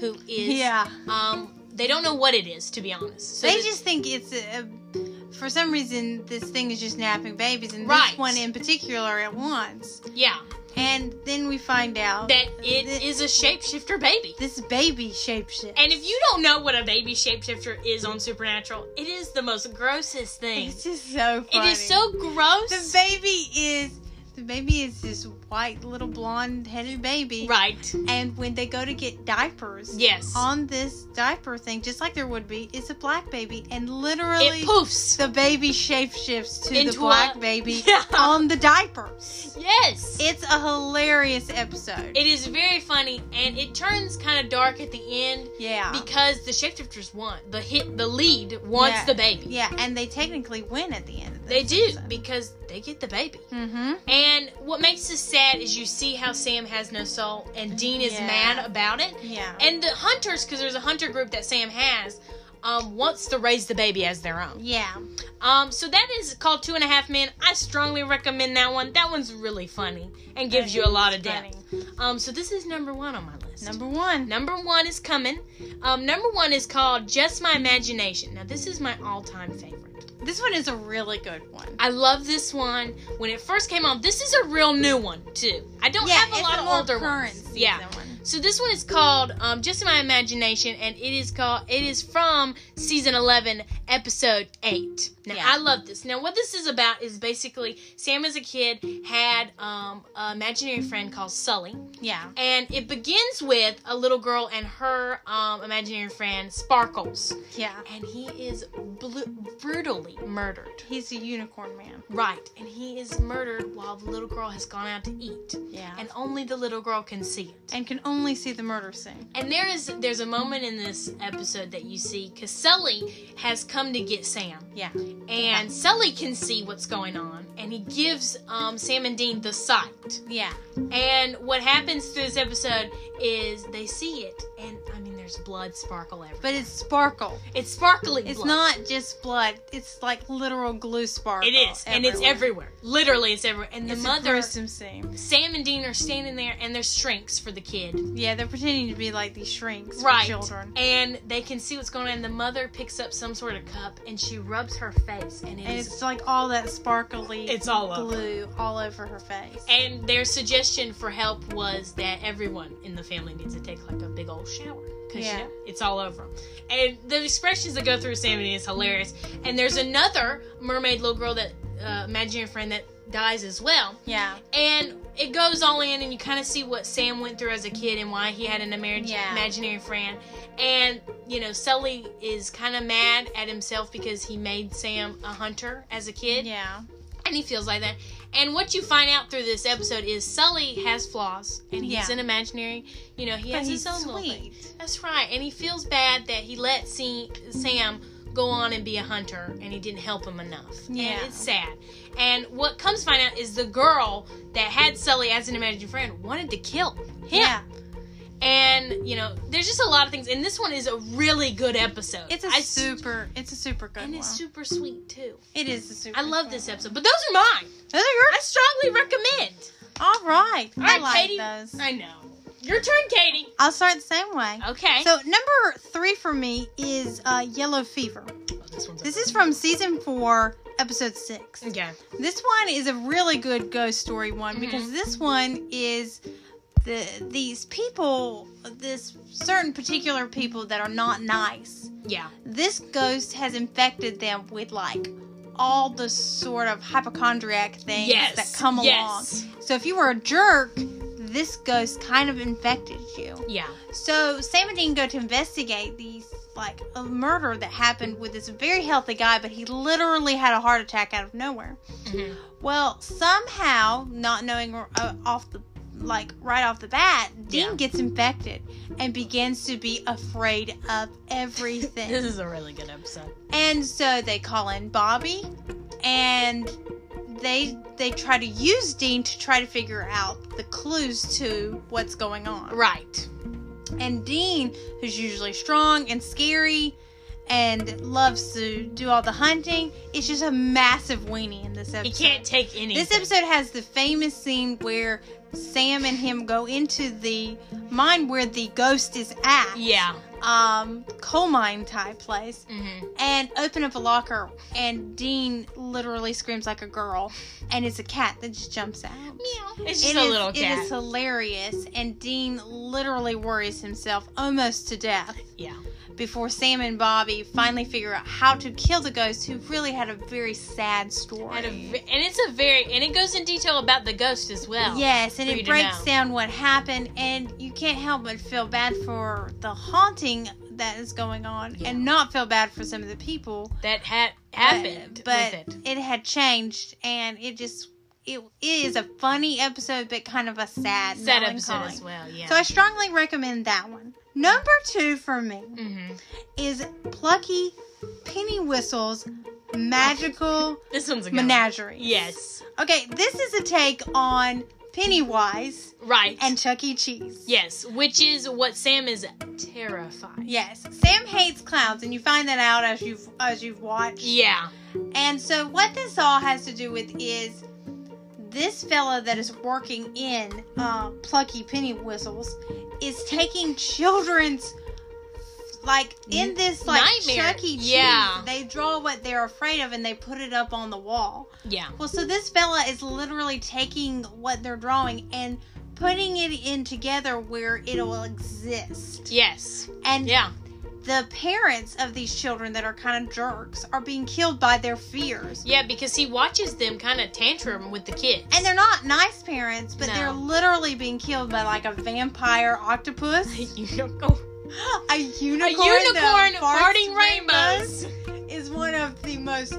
[SPEAKER 1] who is
[SPEAKER 2] Yeah.
[SPEAKER 1] um they don't know what it is to be honest. So
[SPEAKER 2] they
[SPEAKER 1] the-
[SPEAKER 2] just think it's a, a for some reason this thing is just napping babies and
[SPEAKER 1] Right.
[SPEAKER 2] this one in particular at once.
[SPEAKER 1] Yeah,
[SPEAKER 2] And then we find out
[SPEAKER 1] that it is a shapeshifter baby.
[SPEAKER 2] this baby shapeshifts.
[SPEAKER 1] And if you don't know what a baby shapeshifter is on Supernatural, it is the most grossest thing.
[SPEAKER 2] it's just so
[SPEAKER 1] It
[SPEAKER 2] funny.
[SPEAKER 1] is so gross.
[SPEAKER 2] the baby is the baby is this white little blonde headed baby.
[SPEAKER 1] right.
[SPEAKER 2] And when they go to get diapers
[SPEAKER 1] Yes.
[SPEAKER 2] on this diaper thing, just like there would be, it's a black baby and literally
[SPEAKER 1] It poofs.
[SPEAKER 2] the baby shapeshifts to
[SPEAKER 1] Into
[SPEAKER 2] the black
[SPEAKER 1] a-
[SPEAKER 2] baby
[SPEAKER 1] Yeah.
[SPEAKER 2] on the diapers.
[SPEAKER 1] Yes.
[SPEAKER 2] It's a hilarious episode.
[SPEAKER 1] It is very funny, and it turns kind of dark at the end
[SPEAKER 2] yeah.
[SPEAKER 1] because the shapeshifters want the hit, the lead wants
[SPEAKER 2] Yeah.
[SPEAKER 1] the baby.
[SPEAKER 2] yeah, and they technically win at the end of this.
[SPEAKER 1] They do because they get the baby.
[SPEAKER 2] Mm-hmm.
[SPEAKER 1] And what makes this sad is you see how Sam has no soul, and Dean is
[SPEAKER 2] Yeah.
[SPEAKER 1] mad about it.
[SPEAKER 2] Yeah.
[SPEAKER 1] And the hunters, because there's a hunter group that Sam has, um, wants to raise the baby as their own.
[SPEAKER 2] yeah.
[SPEAKER 1] Um, so that is called Two and a Half Men. I strongly recommend that one. That one's really funny and gives you a lot of depth.
[SPEAKER 2] Funny.
[SPEAKER 1] Um, so this is number one on my list.
[SPEAKER 2] Number one.
[SPEAKER 1] Number one is coming. Um, number one is called Just My Imagination. Now, this is my all time favorite.
[SPEAKER 2] This one is a really good one.
[SPEAKER 1] I love this one. When it first came on, this is a real new one, too. I don't
[SPEAKER 2] yeah,
[SPEAKER 1] have
[SPEAKER 2] it's
[SPEAKER 1] a lot
[SPEAKER 2] a
[SPEAKER 1] of
[SPEAKER 2] more
[SPEAKER 1] older
[SPEAKER 2] current
[SPEAKER 1] ones.
[SPEAKER 2] season
[SPEAKER 1] Yeah.
[SPEAKER 2] one.
[SPEAKER 1] So this one is called um, "Just My Imagination," and it is called it is from season eleven, episode eight. Now
[SPEAKER 2] Yeah.
[SPEAKER 1] I love this. Now what this is about is basically Sam as a kid had um, an imaginary friend called Sully,
[SPEAKER 2] Yeah.
[SPEAKER 1] and it begins with a little girl and her um, imaginary friend Sparkles,
[SPEAKER 2] Yeah.
[SPEAKER 1] and he is blu- brutally murdered.
[SPEAKER 2] He's a unicorn man.
[SPEAKER 1] Right, and he is murdered while the little girl has gone out to eat,
[SPEAKER 2] Yeah.
[SPEAKER 1] and only the little girl can see it.
[SPEAKER 2] and can only see the murder scene.
[SPEAKER 1] And there is there's a moment in this episode that you see because Sully has come to get Sam,
[SPEAKER 2] Yeah.
[SPEAKER 1] and Sully can see what's going on, and he gives um, Sam and Dean the sight.
[SPEAKER 2] Yeah.
[SPEAKER 1] And what happens through this episode is they see it, and I mean there's blood sparkle everywhere.
[SPEAKER 2] But it's sparkle.
[SPEAKER 1] It's sparkling.
[SPEAKER 2] It's
[SPEAKER 1] blood.
[SPEAKER 2] not just blood. It's like literal glue sparkle.
[SPEAKER 1] It is, and it's everywhere. Literally, it's everywhere. And the
[SPEAKER 2] It's a
[SPEAKER 1] mother,
[SPEAKER 2] gruesome scene.
[SPEAKER 1] Sam and Dean are standing there, and there's shrinks for the kid.
[SPEAKER 2] Yeah, they're pretending to be like these shrinks
[SPEAKER 1] right.
[SPEAKER 2] for children.
[SPEAKER 1] And they can see what's going on. And the mother picks up some sort of cup and she rubs her face, and
[SPEAKER 2] And
[SPEAKER 1] it's
[SPEAKER 2] it's like all that sparkly
[SPEAKER 1] it's all over.
[SPEAKER 2] glue all over her face.
[SPEAKER 1] And their suggestion for help was that everyone in the family needs to take like a big old shower because
[SPEAKER 2] Yeah.
[SPEAKER 1] you know, it's all over 'em. And the expressions that go through Sammy is hilarious. And there's another mermaid little girl that uh, imaginary friend that dies as well.
[SPEAKER 2] yeah.
[SPEAKER 1] and it goes all in and you kind of see what sam went through as a kid and why he had an imag-
[SPEAKER 2] Yeah.
[SPEAKER 1] imaginary friend and you know sully is kind of mad at himself because he made sam a hunter as a kid
[SPEAKER 2] Yeah.
[SPEAKER 1] and he feels like that and what you find out through this episode is sully has flaws and he's
[SPEAKER 2] Yeah.
[SPEAKER 1] an imaginary you know he
[SPEAKER 2] But
[SPEAKER 1] has
[SPEAKER 2] he's
[SPEAKER 1] his own little thing.
[SPEAKER 2] sweet.
[SPEAKER 1] That's right, and he feels bad that he let see, Sam go on and be a hunter, and he didn't help him enough.
[SPEAKER 2] Yeah.
[SPEAKER 1] and it's sad. And what comes to find out is the girl that had Sully as an imaginary friend wanted to kill him.
[SPEAKER 2] Yeah.
[SPEAKER 1] And you know, there's just a lot of things, and this one is a really good episode.
[SPEAKER 2] It's a
[SPEAKER 1] I s-
[SPEAKER 2] super it's a super good
[SPEAKER 1] and
[SPEAKER 2] one.
[SPEAKER 1] it's super sweet too.
[SPEAKER 2] it is a super
[SPEAKER 1] I love
[SPEAKER 2] good
[SPEAKER 1] this
[SPEAKER 2] one.
[SPEAKER 1] episode, but those are mine.
[SPEAKER 2] Those are
[SPEAKER 1] I strongly recommend.
[SPEAKER 2] your- All right.
[SPEAKER 1] All
[SPEAKER 2] I
[SPEAKER 1] right,
[SPEAKER 2] like
[SPEAKER 1] Katie.
[SPEAKER 2] those.
[SPEAKER 1] I know. Your turn, Katie.
[SPEAKER 2] I'll start the same way.
[SPEAKER 1] Okay.
[SPEAKER 2] So number three for me is uh, Yellow Fever.
[SPEAKER 1] Oh, this one's
[SPEAKER 2] This is from season four, episode six.
[SPEAKER 1] okay.
[SPEAKER 2] This one is a really good ghost story one
[SPEAKER 1] Mm-hmm.
[SPEAKER 2] because this one is the these people, this certain particular people that are not nice.
[SPEAKER 1] Yeah.
[SPEAKER 2] This ghost has infected them with like all the sort of hypochondriac things
[SPEAKER 1] Yes.
[SPEAKER 2] that come
[SPEAKER 1] yes.
[SPEAKER 2] along. So if you were a jerk, this ghost kind of infected you.
[SPEAKER 1] Yeah.
[SPEAKER 2] So Sam and Dean go to investigate these like a murder that happened with this very healthy guy, but he literally had a heart attack out of nowhere.
[SPEAKER 1] Mhm.
[SPEAKER 2] Well, somehow, not knowing uh, off the like right off the bat, Dean
[SPEAKER 1] Yeah.
[SPEAKER 2] gets infected and begins to be afraid of
[SPEAKER 1] This
[SPEAKER 2] everything.
[SPEAKER 1] is a really good episode.
[SPEAKER 2] and so they call in Bobby, and they they try to use Dean to try to figure out the clues to what's going on.
[SPEAKER 1] Right.
[SPEAKER 2] And Dean, who's usually strong and scary and loves to do all the hunting, is just a massive weenie in this
[SPEAKER 1] He
[SPEAKER 2] episode.
[SPEAKER 1] can't take any.
[SPEAKER 2] This episode has the famous scene where Sam and him go into the mine where the ghost is at.
[SPEAKER 1] Yeah.
[SPEAKER 2] um, coal mine type place
[SPEAKER 1] Mm-hmm.
[SPEAKER 2] and open up a locker and Dean literally screams like a girl and it's a cat that just jumps out.
[SPEAKER 1] Meow. It's just
[SPEAKER 2] It
[SPEAKER 1] a
[SPEAKER 2] is-
[SPEAKER 1] little
[SPEAKER 2] It
[SPEAKER 1] cat.
[SPEAKER 2] is hilarious and Dean literally worries himself almost to death
[SPEAKER 1] yeah.
[SPEAKER 2] before Sam and Bobby finally figure out how to kill the ghost who really had a very sad story.
[SPEAKER 1] And, a, ve- and it's a very and it goes in detail about the ghost as well.
[SPEAKER 2] Yes, and
[SPEAKER 1] for you
[SPEAKER 2] it
[SPEAKER 1] to
[SPEAKER 2] breaks
[SPEAKER 1] know.
[SPEAKER 2] down what happened, and you can't help but feel bad for the haunting that is going on,
[SPEAKER 1] Yeah.
[SPEAKER 2] and not feel bad for some of the people.
[SPEAKER 1] that had
[SPEAKER 2] but-
[SPEAKER 1] happened
[SPEAKER 2] but
[SPEAKER 1] with it.
[SPEAKER 2] had changed, and it just it, it is a funny episode, but kind of a sad,
[SPEAKER 1] Sad episode
[SPEAKER 2] melancholy.
[SPEAKER 1] as well. Yeah.
[SPEAKER 2] So I strongly recommend that one. Number two for me
[SPEAKER 1] mm-hmm.
[SPEAKER 2] is Plucky Penny Whistle's Magical
[SPEAKER 1] This one's a good one.
[SPEAKER 2] Menagerie.
[SPEAKER 1] Yes.
[SPEAKER 2] Okay, this is a take on Pennywise
[SPEAKER 1] Right.
[SPEAKER 2] and Chuck E. Cheese.
[SPEAKER 1] yes, which is what Sam is terrified.
[SPEAKER 2] Yes, Sam hates clowns, and you find that out as you've as you've watched.
[SPEAKER 1] Yeah.
[SPEAKER 2] And so, what this all has to do with is this fella that is working in uh, Plucky Penny Whistles is taking children's like in this like
[SPEAKER 1] Nightmare.
[SPEAKER 2] Chuck E. Cheese.
[SPEAKER 1] Yeah.
[SPEAKER 2] They draw what they're afraid of and they put it up on the wall.
[SPEAKER 1] Yeah.
[SPEAKER 2] Well, so this fella is literally taking what they're drawing and putting it in together where it'll exist.
[SPEAKER 1] Yes.
[SPEAKER 2] And
[SPEAKER 1] Yeah.
[SPEAKER 2] the parents of these children that are kind of jerks are being killed by their fears.
[SPEAKER 1] Yeah, because he watches them kind of tantrum with the kids.
[SPEAKER 2] And they're not nice parents, but
[SPEAKER 1] No.
[SPEAKER 2] they're literally being killed by like a vampire octopus,
[SPEAKER 1] unicorn,
[SPEAKER 2] a
[SPEAKER 1] a
[SPEAKER 2] unicorn,
[SPEAKER 1] unicorn
[SPEAKER 2] that farts
[SPEAKER 1] farting rainbows.
[SPEAKER 2] is one of the most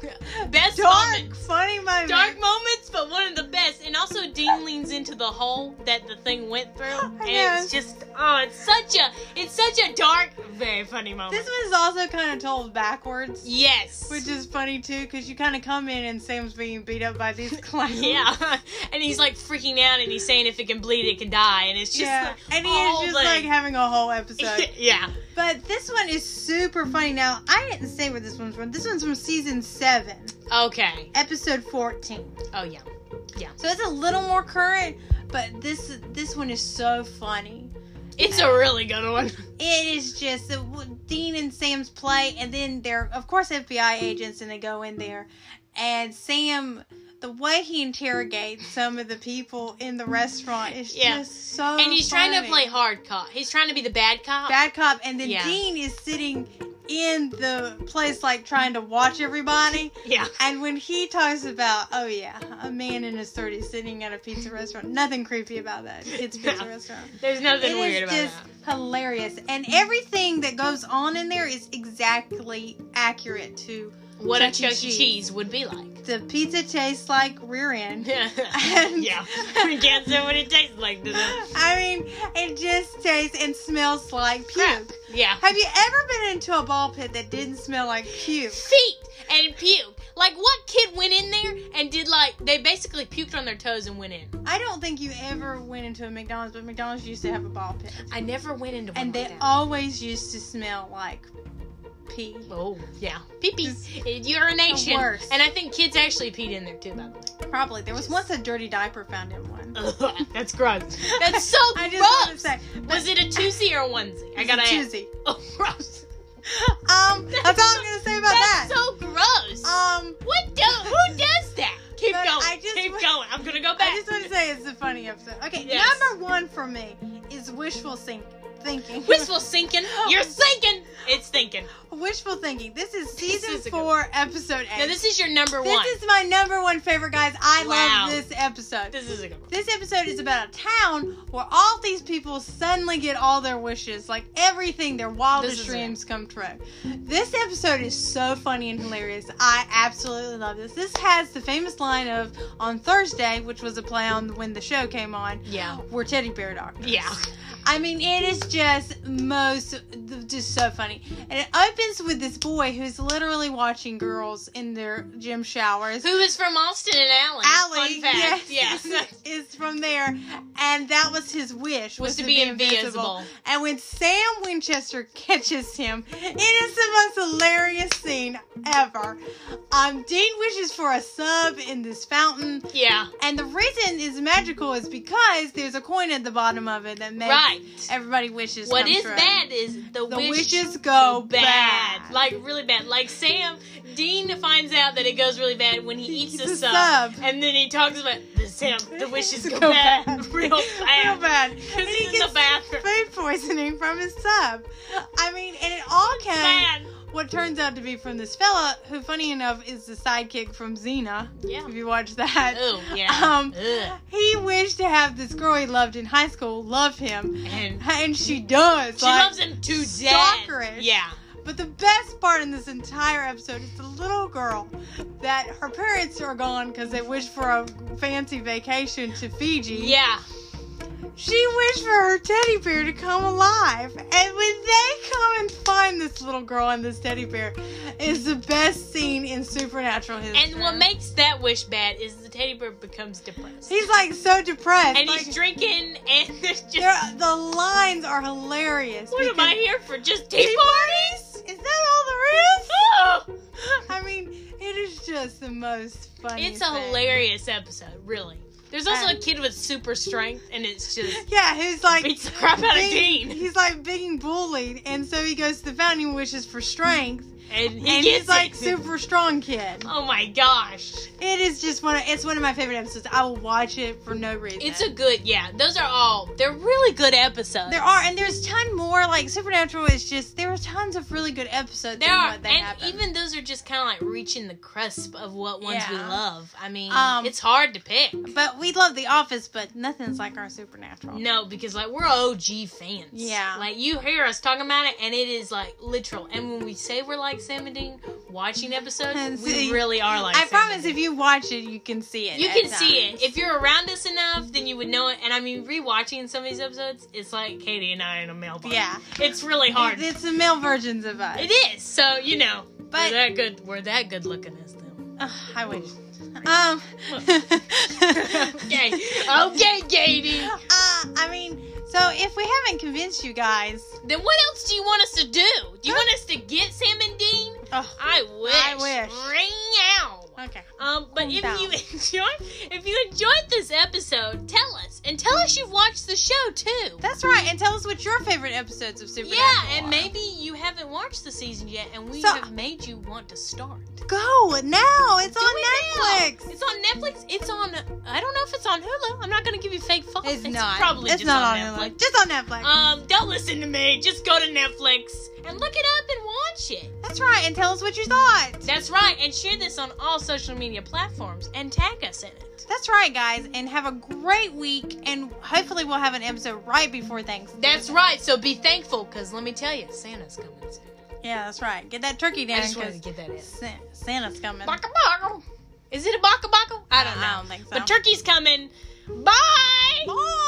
[SPEAKER 1] Best
[SPEAKER 2] dark,
[SPEAKER 1] moments.
[SPEAKER 2] funny moments.
[SPEAKER 1] Dark moments, but one of the best. And also, Dean leans into the hole that the thing went through, and it's
[SPEAKER 2] Yes.
[SPEAKER 1] just oh, it's such a it's such a dark, very funny moment.
[SPEAKER 2] This one is also kind of told backwards.
[SPEAKER 1] yes,
[SPEAKER 2] Which is funny too, because you kind of come in and Sam's being beat up by these clowns.
[SPEAKER 1] yeah, and he's like freaking out, and he's saying if it can bleed, it can die, and it's just
[SPEAKER 2] yeah.
[SPEAKER 1] like,
[SPEAKER 2] and he
[SPEAKER 1] all
[SPEAKER 2] is just
[SPEAKER 1] the-
[SPEAKER 2] like having a whole episode.
[SPEAKER 1] yeah,
[SPEAKER 2] But this one is super funny. Now, I didn't say where this one's from. This one's from season 7,
[SPEAKER 1] okay,
[SPEAKER 2] episode 14.
[SPEAKER 1] oh yeah,
[SPEAKER 2] So it's a little more current, but this this one is so funny.
[SPEAKER 1] it's a really good one.
[SPEAKER 2] It is just the, Dean and Sam's play, and then they're, of course, FBI agents, and they go in there. And Sam, the way he interrogates some of the people in the restaurant is
[SPEAKER 1] Yeah.
[SPEAKER 2] just so
[SPEAKER 1] and he's trying to
[SPEAKER 2] funny.
[SPEAKER 1] play hard cop. He's trying to be the bad cop.
[SPEAKER 2] bad cop, and then
[SPEAKER 1] Yeah.
[SPEAKER 2] Dean is sitting in the place, like trying to watch everybody.
[SPEAKER 1] yeah.
[SPEAKER 2] And when he talks about, oh yeah, a man in his 30s sitting at a pizza restaurant, nothing creepy about that. It's a pizza
[SPEAKER 1] Yeah.
[SPEAKER 2] restaurant.
[SPEAKER 1] There's nothing
[SPEAKER 2] It
[SPEAKER 1] weird
[SPEAKER 2] is
[SPEAKER 1] about
[SPEAKER 2] just hilarious. And everything that goes on in there is exactly accurate to
[SPEAKER 1] that. What a Chuck E.
[SPEAKER 2] Chuck E.
[SPEAKER 1] Cheese.
[SPEAKER 2] Cheese.
[SPEAKER 1] would be like.
[SPEAKER 2] the pizza tastes like rear end. And-
[SPEAKER 1] yeah. We can't say what it tastes like to them.
[SPEAKER 2] I mean, it just tastes and smells like
[SPEAKER 1] Crap.
[SPEAKER 2] puke.
[SPEAKER 1] Yeah.
[SPEAKER 2] Have you ever been into a ball pit that didn't smell like puke?
[SPEAKER 1] Feet and puke. Like what kid went in there and did like they basically puked on their toes and went in.
[SPEAKER 2] I don't think you ever went into a McDonald's, but McDonald's used to have a ball pit.
[SPEAKER 1] I never went into one
[SPEAKER 2] And
[SPEAKER 1] like
[SPEAKER 2] they
[SPEAKER 1] that.
[SPEAKER 2] always used to smell like pee.
[SPEAKER 1] Oh yeah, pee pee, urination,
[SPEAKER 2] The worst.
[SPEAKER 1] and I think kids actually peed in there too. By the
[SPEAKER 2] Probably. There was once a dirty diaper found in one.
[SPEAKER 1] way, Ugh, that's gross. That's so
[SPEAKER 2] I just want
[SPEAKER 1] gross.
[SPEAKER 2] to say.
[SPEAKER 1] Was it a twosie or a onesie? I gotta ask.
[SPEAKER 2] choosy.
[SPEAKER 1] Oh, gross.
[SPEAKER 2] Um, that's all I'm gonna say about
[SPEAKER 1] That's
[SPEAKER 2] that.
[SPEAKER 1] so gross.
[SPEAKER 2] um,
[SPEAKER 1] what do? Who does that? Keep
[SPEAKER 2] But
[SPEAKER 1] going.
[SPEAKER 2] I just
[SPEAKER 1] Keep
[SPEAKER 2] wa-
[SPEAKER 1] going. I'm gonna go back.
[SPEAKER 2] I just want to say it's a funny episode. Okay,
[SPEAKER 1] Yes.
[SPEAKER 2] number one for me is wishful think- thinking.
[SPEAKER 1] Wistful sinking. You're sinking. It's thinking.
[SPEAKER 2] wishful thinking. This is season
[SPEAKER 1] is a good
[SPEAKER 2] four, episode eight.
[SPEAKER 1] Now this is your number
[SPEAKER 2] This
[SPEAKER 1] one.
[SPEAKER 2] is my number one favorite, guys. I
[SPEAKER 1] Wow.
[SPEAKER 2] love this episode.
[SPEAKER 1] this is a good one.
[SPEAKER 2] This episode is about a town where all these people suddenly get all their wishes, like everything, their
[SPEAKER 1] This
[SPEAKER 2] wildest
[SPEAKER 1] is
[SPEAKER 2] dreams come true. This episode is so funny and hilarious. I absolutely love this. This has the famous line of on Thursday, which was a play on when the show came on.
[SPEAKER 1] Yeah.
[SPEAKER 2] We're teddy bear doctors.
[SPEAKER 1] Yeah.
[SPEAKER 2] I mean, it is just most, th- just so funny. And it opens with this boy who's literally watching girls in their gym showers.
[SPEAKER 1] Who is from Austin and Allen? Fun
[SPEAKER 2] Allie,
[SPEAKER 1] fact.
[SPEAKER 2] yes,
[SPEAKER 1] Yeah.
[SPEAKER 2] is from from there, and that was his wish
[SPEAKER 1] Was to be invisible.
[SPEAKER 2] And when Sam Winchester catches him, it is the most hilarious scene ever. Um, Dean wishes for a sub in this fountain,
[SPEAKER 1] Yeah.
[SPEAKER 2] and the reason is magical is because there's a coin at the bottom of it that makes
[SPEAKER 1] Right.
[SPEAKER 2] everybody wishes.
[SPEAKER 1] What
[SPEAKER 2] come
[SPEAKER 1] is
[SPEAKER 2] true.
[SPEAKER 1] bad is the,
[SPEAKER 2] The
[SPEAKER 1] wish
[SPEAKER 2] wishes go
[SPEAKER 1] bad.
[SPEAKER 2] bad.
[SPEAKER 1] Like really bad. Like Sam Dean finds out that it goes really bad when he eats
[SPEAKER 2] eats
[SPEAKER 1] the
[SPEAKER 2] a
[SPEAKER 1] sub,
[SPEAKER 2] sub.
[SPEAKER 1] and then he talks about the Sam the wishes go,
[SPEAKER 2] Go
[SPEAKER 1] bad,
[SPEAKER 2] bad.
[SPEAKER 1] real bad.
[SPEAKER 2] Real bad. And
[SPEAKER 1] he's
[SPEAKER 2] he
[SPEAKER 1] in the
[SPEAKER 2] gets
[SPEAKER 1] bathroom.
[SPEAKER 2] food poisoning from his sub. I mean, and it all came
[SPEAKER 1] Bad.
[SPEAKER 2] what turns out to be from this fella, who, funny enough, is the sidekick from Xena.
[SPEAKER 1] Yeah.
[SPEAKER 2] If you watch that.
[SPEAKER 1] Oh yeah.
[SPEAKER 2] Um,
[SPEAKER 1] Ugh.
[SPEAKER 2] He wished to have this girl he loved in high school love him,
[SPEAKER 1] And
[SPEAKER 2] and she does.
[SPEAKER 1] she
[SPEAKER 2] like-
[SPEAKER 1] loves him to death.
[SPEAKER 2] stalkerish.
[SPEAKER 1] Yeah.
[SPEAKER 2] But the best part in this entire episode is the little girl that her parents are gone because they wished for a fancy vacation to Fiji.
[SPEAKER 1] Yeah.
[SPEAKER 2] She wished for her teddy bear to come alive. And when they come and find this little girl and this teddy bear is the best scene in supernatural history.
[SPEAKER 1] And what makes that wish bad is the teddy bear becomes depressed.
[SPEAKER 2] He's like so depressed.
[SPEAKER 1] and
[SPEAKER 2] like,
[SPEAKER 1] he's drinking and there's just
[SPEAKER 2] they're- the lines are hilarious.
[SPEAKER 1] what am
[SPEAKER 2] because-
[SPEAKER 1] I here for? Just
[SPEAKER 2] Tea
[SPEAKER 1] tea parties?
[SPEAKER 2] Is that all there is?
[SPEAKER 1] Oh.
[SPEAKER 2] I mean, it is just the most funny.
[SPEAKER 1] It's a
[SPEAKER 2] thing.
[SPEAKER 1] hilarious episode, really. There's also
[SPEAKER 2] Um,
[SPEAKER 1] a kid with super strength, and it's just
[SPEAKER 2] Yeah, who's like
[SPEAKER 1] beats the crap out of
[SPEAKER 2] being-
[SPEAKER 1] Dean,
[SPEAKER 2] He's like being bullied, and so he goes to the fountain and wishes for strength,
[SPEAKER 1] and he
[SPEAKER 2] and
[SPEAKER 1] gets
[SPEAKER 2] he's like
[SPEAKER 1] it.
[SPEAKER 2] super strong kid.
[SPEAKER 1] Oh my gosh,
[SPEAKER 2] It is just one. Of, it's one of my favorite episodes. I will watch it for no reason.
[SPEAKER 1] it's a good yeah. Those are all they're really good episodes.
[SPEAKER 2] there are and there's ton more like Supernatural is just there are tons of really good episodes.
[SPEAKER 1] There
[SPEAKER 2] in
[SPEAKER 1] are,
[SPEAKER 2] what
[SPEAKER 1] and
[SPEAKER 2] they happen.
[SPEAKER 1] even those are just kind of like reaching the cusp of what ones we
[SPEAKER 2] Yeah.
[SPEAKER 1] love. I mean,
[SPEAKER 2] Um,
[SPEAKER 1] it's hard to pick.
[SPEAKER 2] but we love The Office, but nothing's like our Supernatural.
[SPEAKER 1] No, because like we're OG fans.
[SPEAKER 2] Yeah.
[SPEAKER 1] Like you hear us talking about it, and it is like literal. And when we say we're like Sam and Dean watching episodes,
[SPEAKER 2] And
[SPEAKER 1] we
[SPEAKER 2] see,
[SPEAKER 1] really are like.
[SPEAKER 2] I
[SPEAKER 1] Sam and
[SPEAKER 2] promise,
[SPEAKER 1] Dean.
[SPEAKER 2] if you watch it, you can see it.
[SPEAKER 1] You
[SPEAKER 2] at
[SPEAKER 1] can see
[SPEAKER 2] times.
[SPEAKER 1] it. If you're around us enough, then you would know it. And I mean, rewatching some of these episodes, it's like Katie and I in a mailbox.
[SPEAKER 2] Yeah.
[SPEAKER 1] It's really hard.
[SPEAKER 2] It's the male versions of us.
[SPEAKER 1] It is. So, you know,
[SPEAKER 2] But-
[SPEAKER 1] we're that good. We're that good looking as them.
[SPEAKER 2] Ugh, I wish. Um.
[SPEAKER 1] okay. Okay, Katie.
[SPEAKER 2] Uh, I mean, so if we haven't convinced you guys,
[SPEAKER 1] Then what else do you want us to do? Do you want us to get Sam and Dean?
[SPEAKER 2] oh,
[SPEAKER 1] I wish.
[SPEAKER 2] I wish.
[SPEAKER 1] Ring out.
[SPEAKER 2] okay.
[SPEAKER 1] Um, but
[SPEAKER 2] Calm
[SPEAKER 1] if
[SPEAKER 2] down.
[SPEAKER 1] you enjoyed, if you enjoyed this episode, tell us, and tell us you've watched the show too.
[SPEAKER 2] That's right. And tell us what your favorite episodes of Supernatural.
[SPEAKER 1] Yeah, and
[SPEAKER 2] are.
[SPEAKER 1] maybe you haven't watched the season yet, and we
[SPEAKER 2] So-
[SPEAKER 1] have made you want to start.
[SPEAKER 2] go now. It's
[SPEAKER 1] Do
[SPEAKER 2] on
[SPEAKER 1] it
[SPEAKER 2] Netflix.
[SPEAKER 1] now. It's on Netflix. It's on. I don't know if it's on Hulu. I'm not gonna give you fake false.
[SPEAKER 2] It's not.
[SPEAKER 1] Probably
[SPEAKER 2] it's
[SPEAKER 1] just
[SPEAKER 2] not
[SPEAKER 1] on,
[SPEAKER 2] on
[SPEAKER 1] Netflix.
[SPEAKER 2] Netflix. Just on Netflix.
[SPEAKER 1] Um, don't listen to me. Just go to Netflix and look it up and watch it.
[SPEAKER 2] That's right. And tell us what you thought.
[SPEAKER 1] That's right. And share this on all social media platforms and tag us in it.
[SPEAKER 2] That's right, guys. And have a great week. And hopefully, we'll have an episode right before Thanksgiving.
[SPEAKER 1] That's right. So be thankful, cause let me tell you, Santa's coming soon.
[SPEAKER 2] Yeah, that's right. Get that turkey
[SPEAKER 1] I
[SPEAKER 2] down
[SPEAKER 1] just wanted to
[SPEAKER 2] because
[SPEAKER 1] get that in.
[SPEAKER 2] Sa- Santa's coming.
[SPEAKER 1] Baka baka. Is it a baka baka? I don't know.
[SPEAKER 2] I don't think so.
[SPEAKER 1] But turkey's coming. Bye.
[SPEAKER 2] Bye.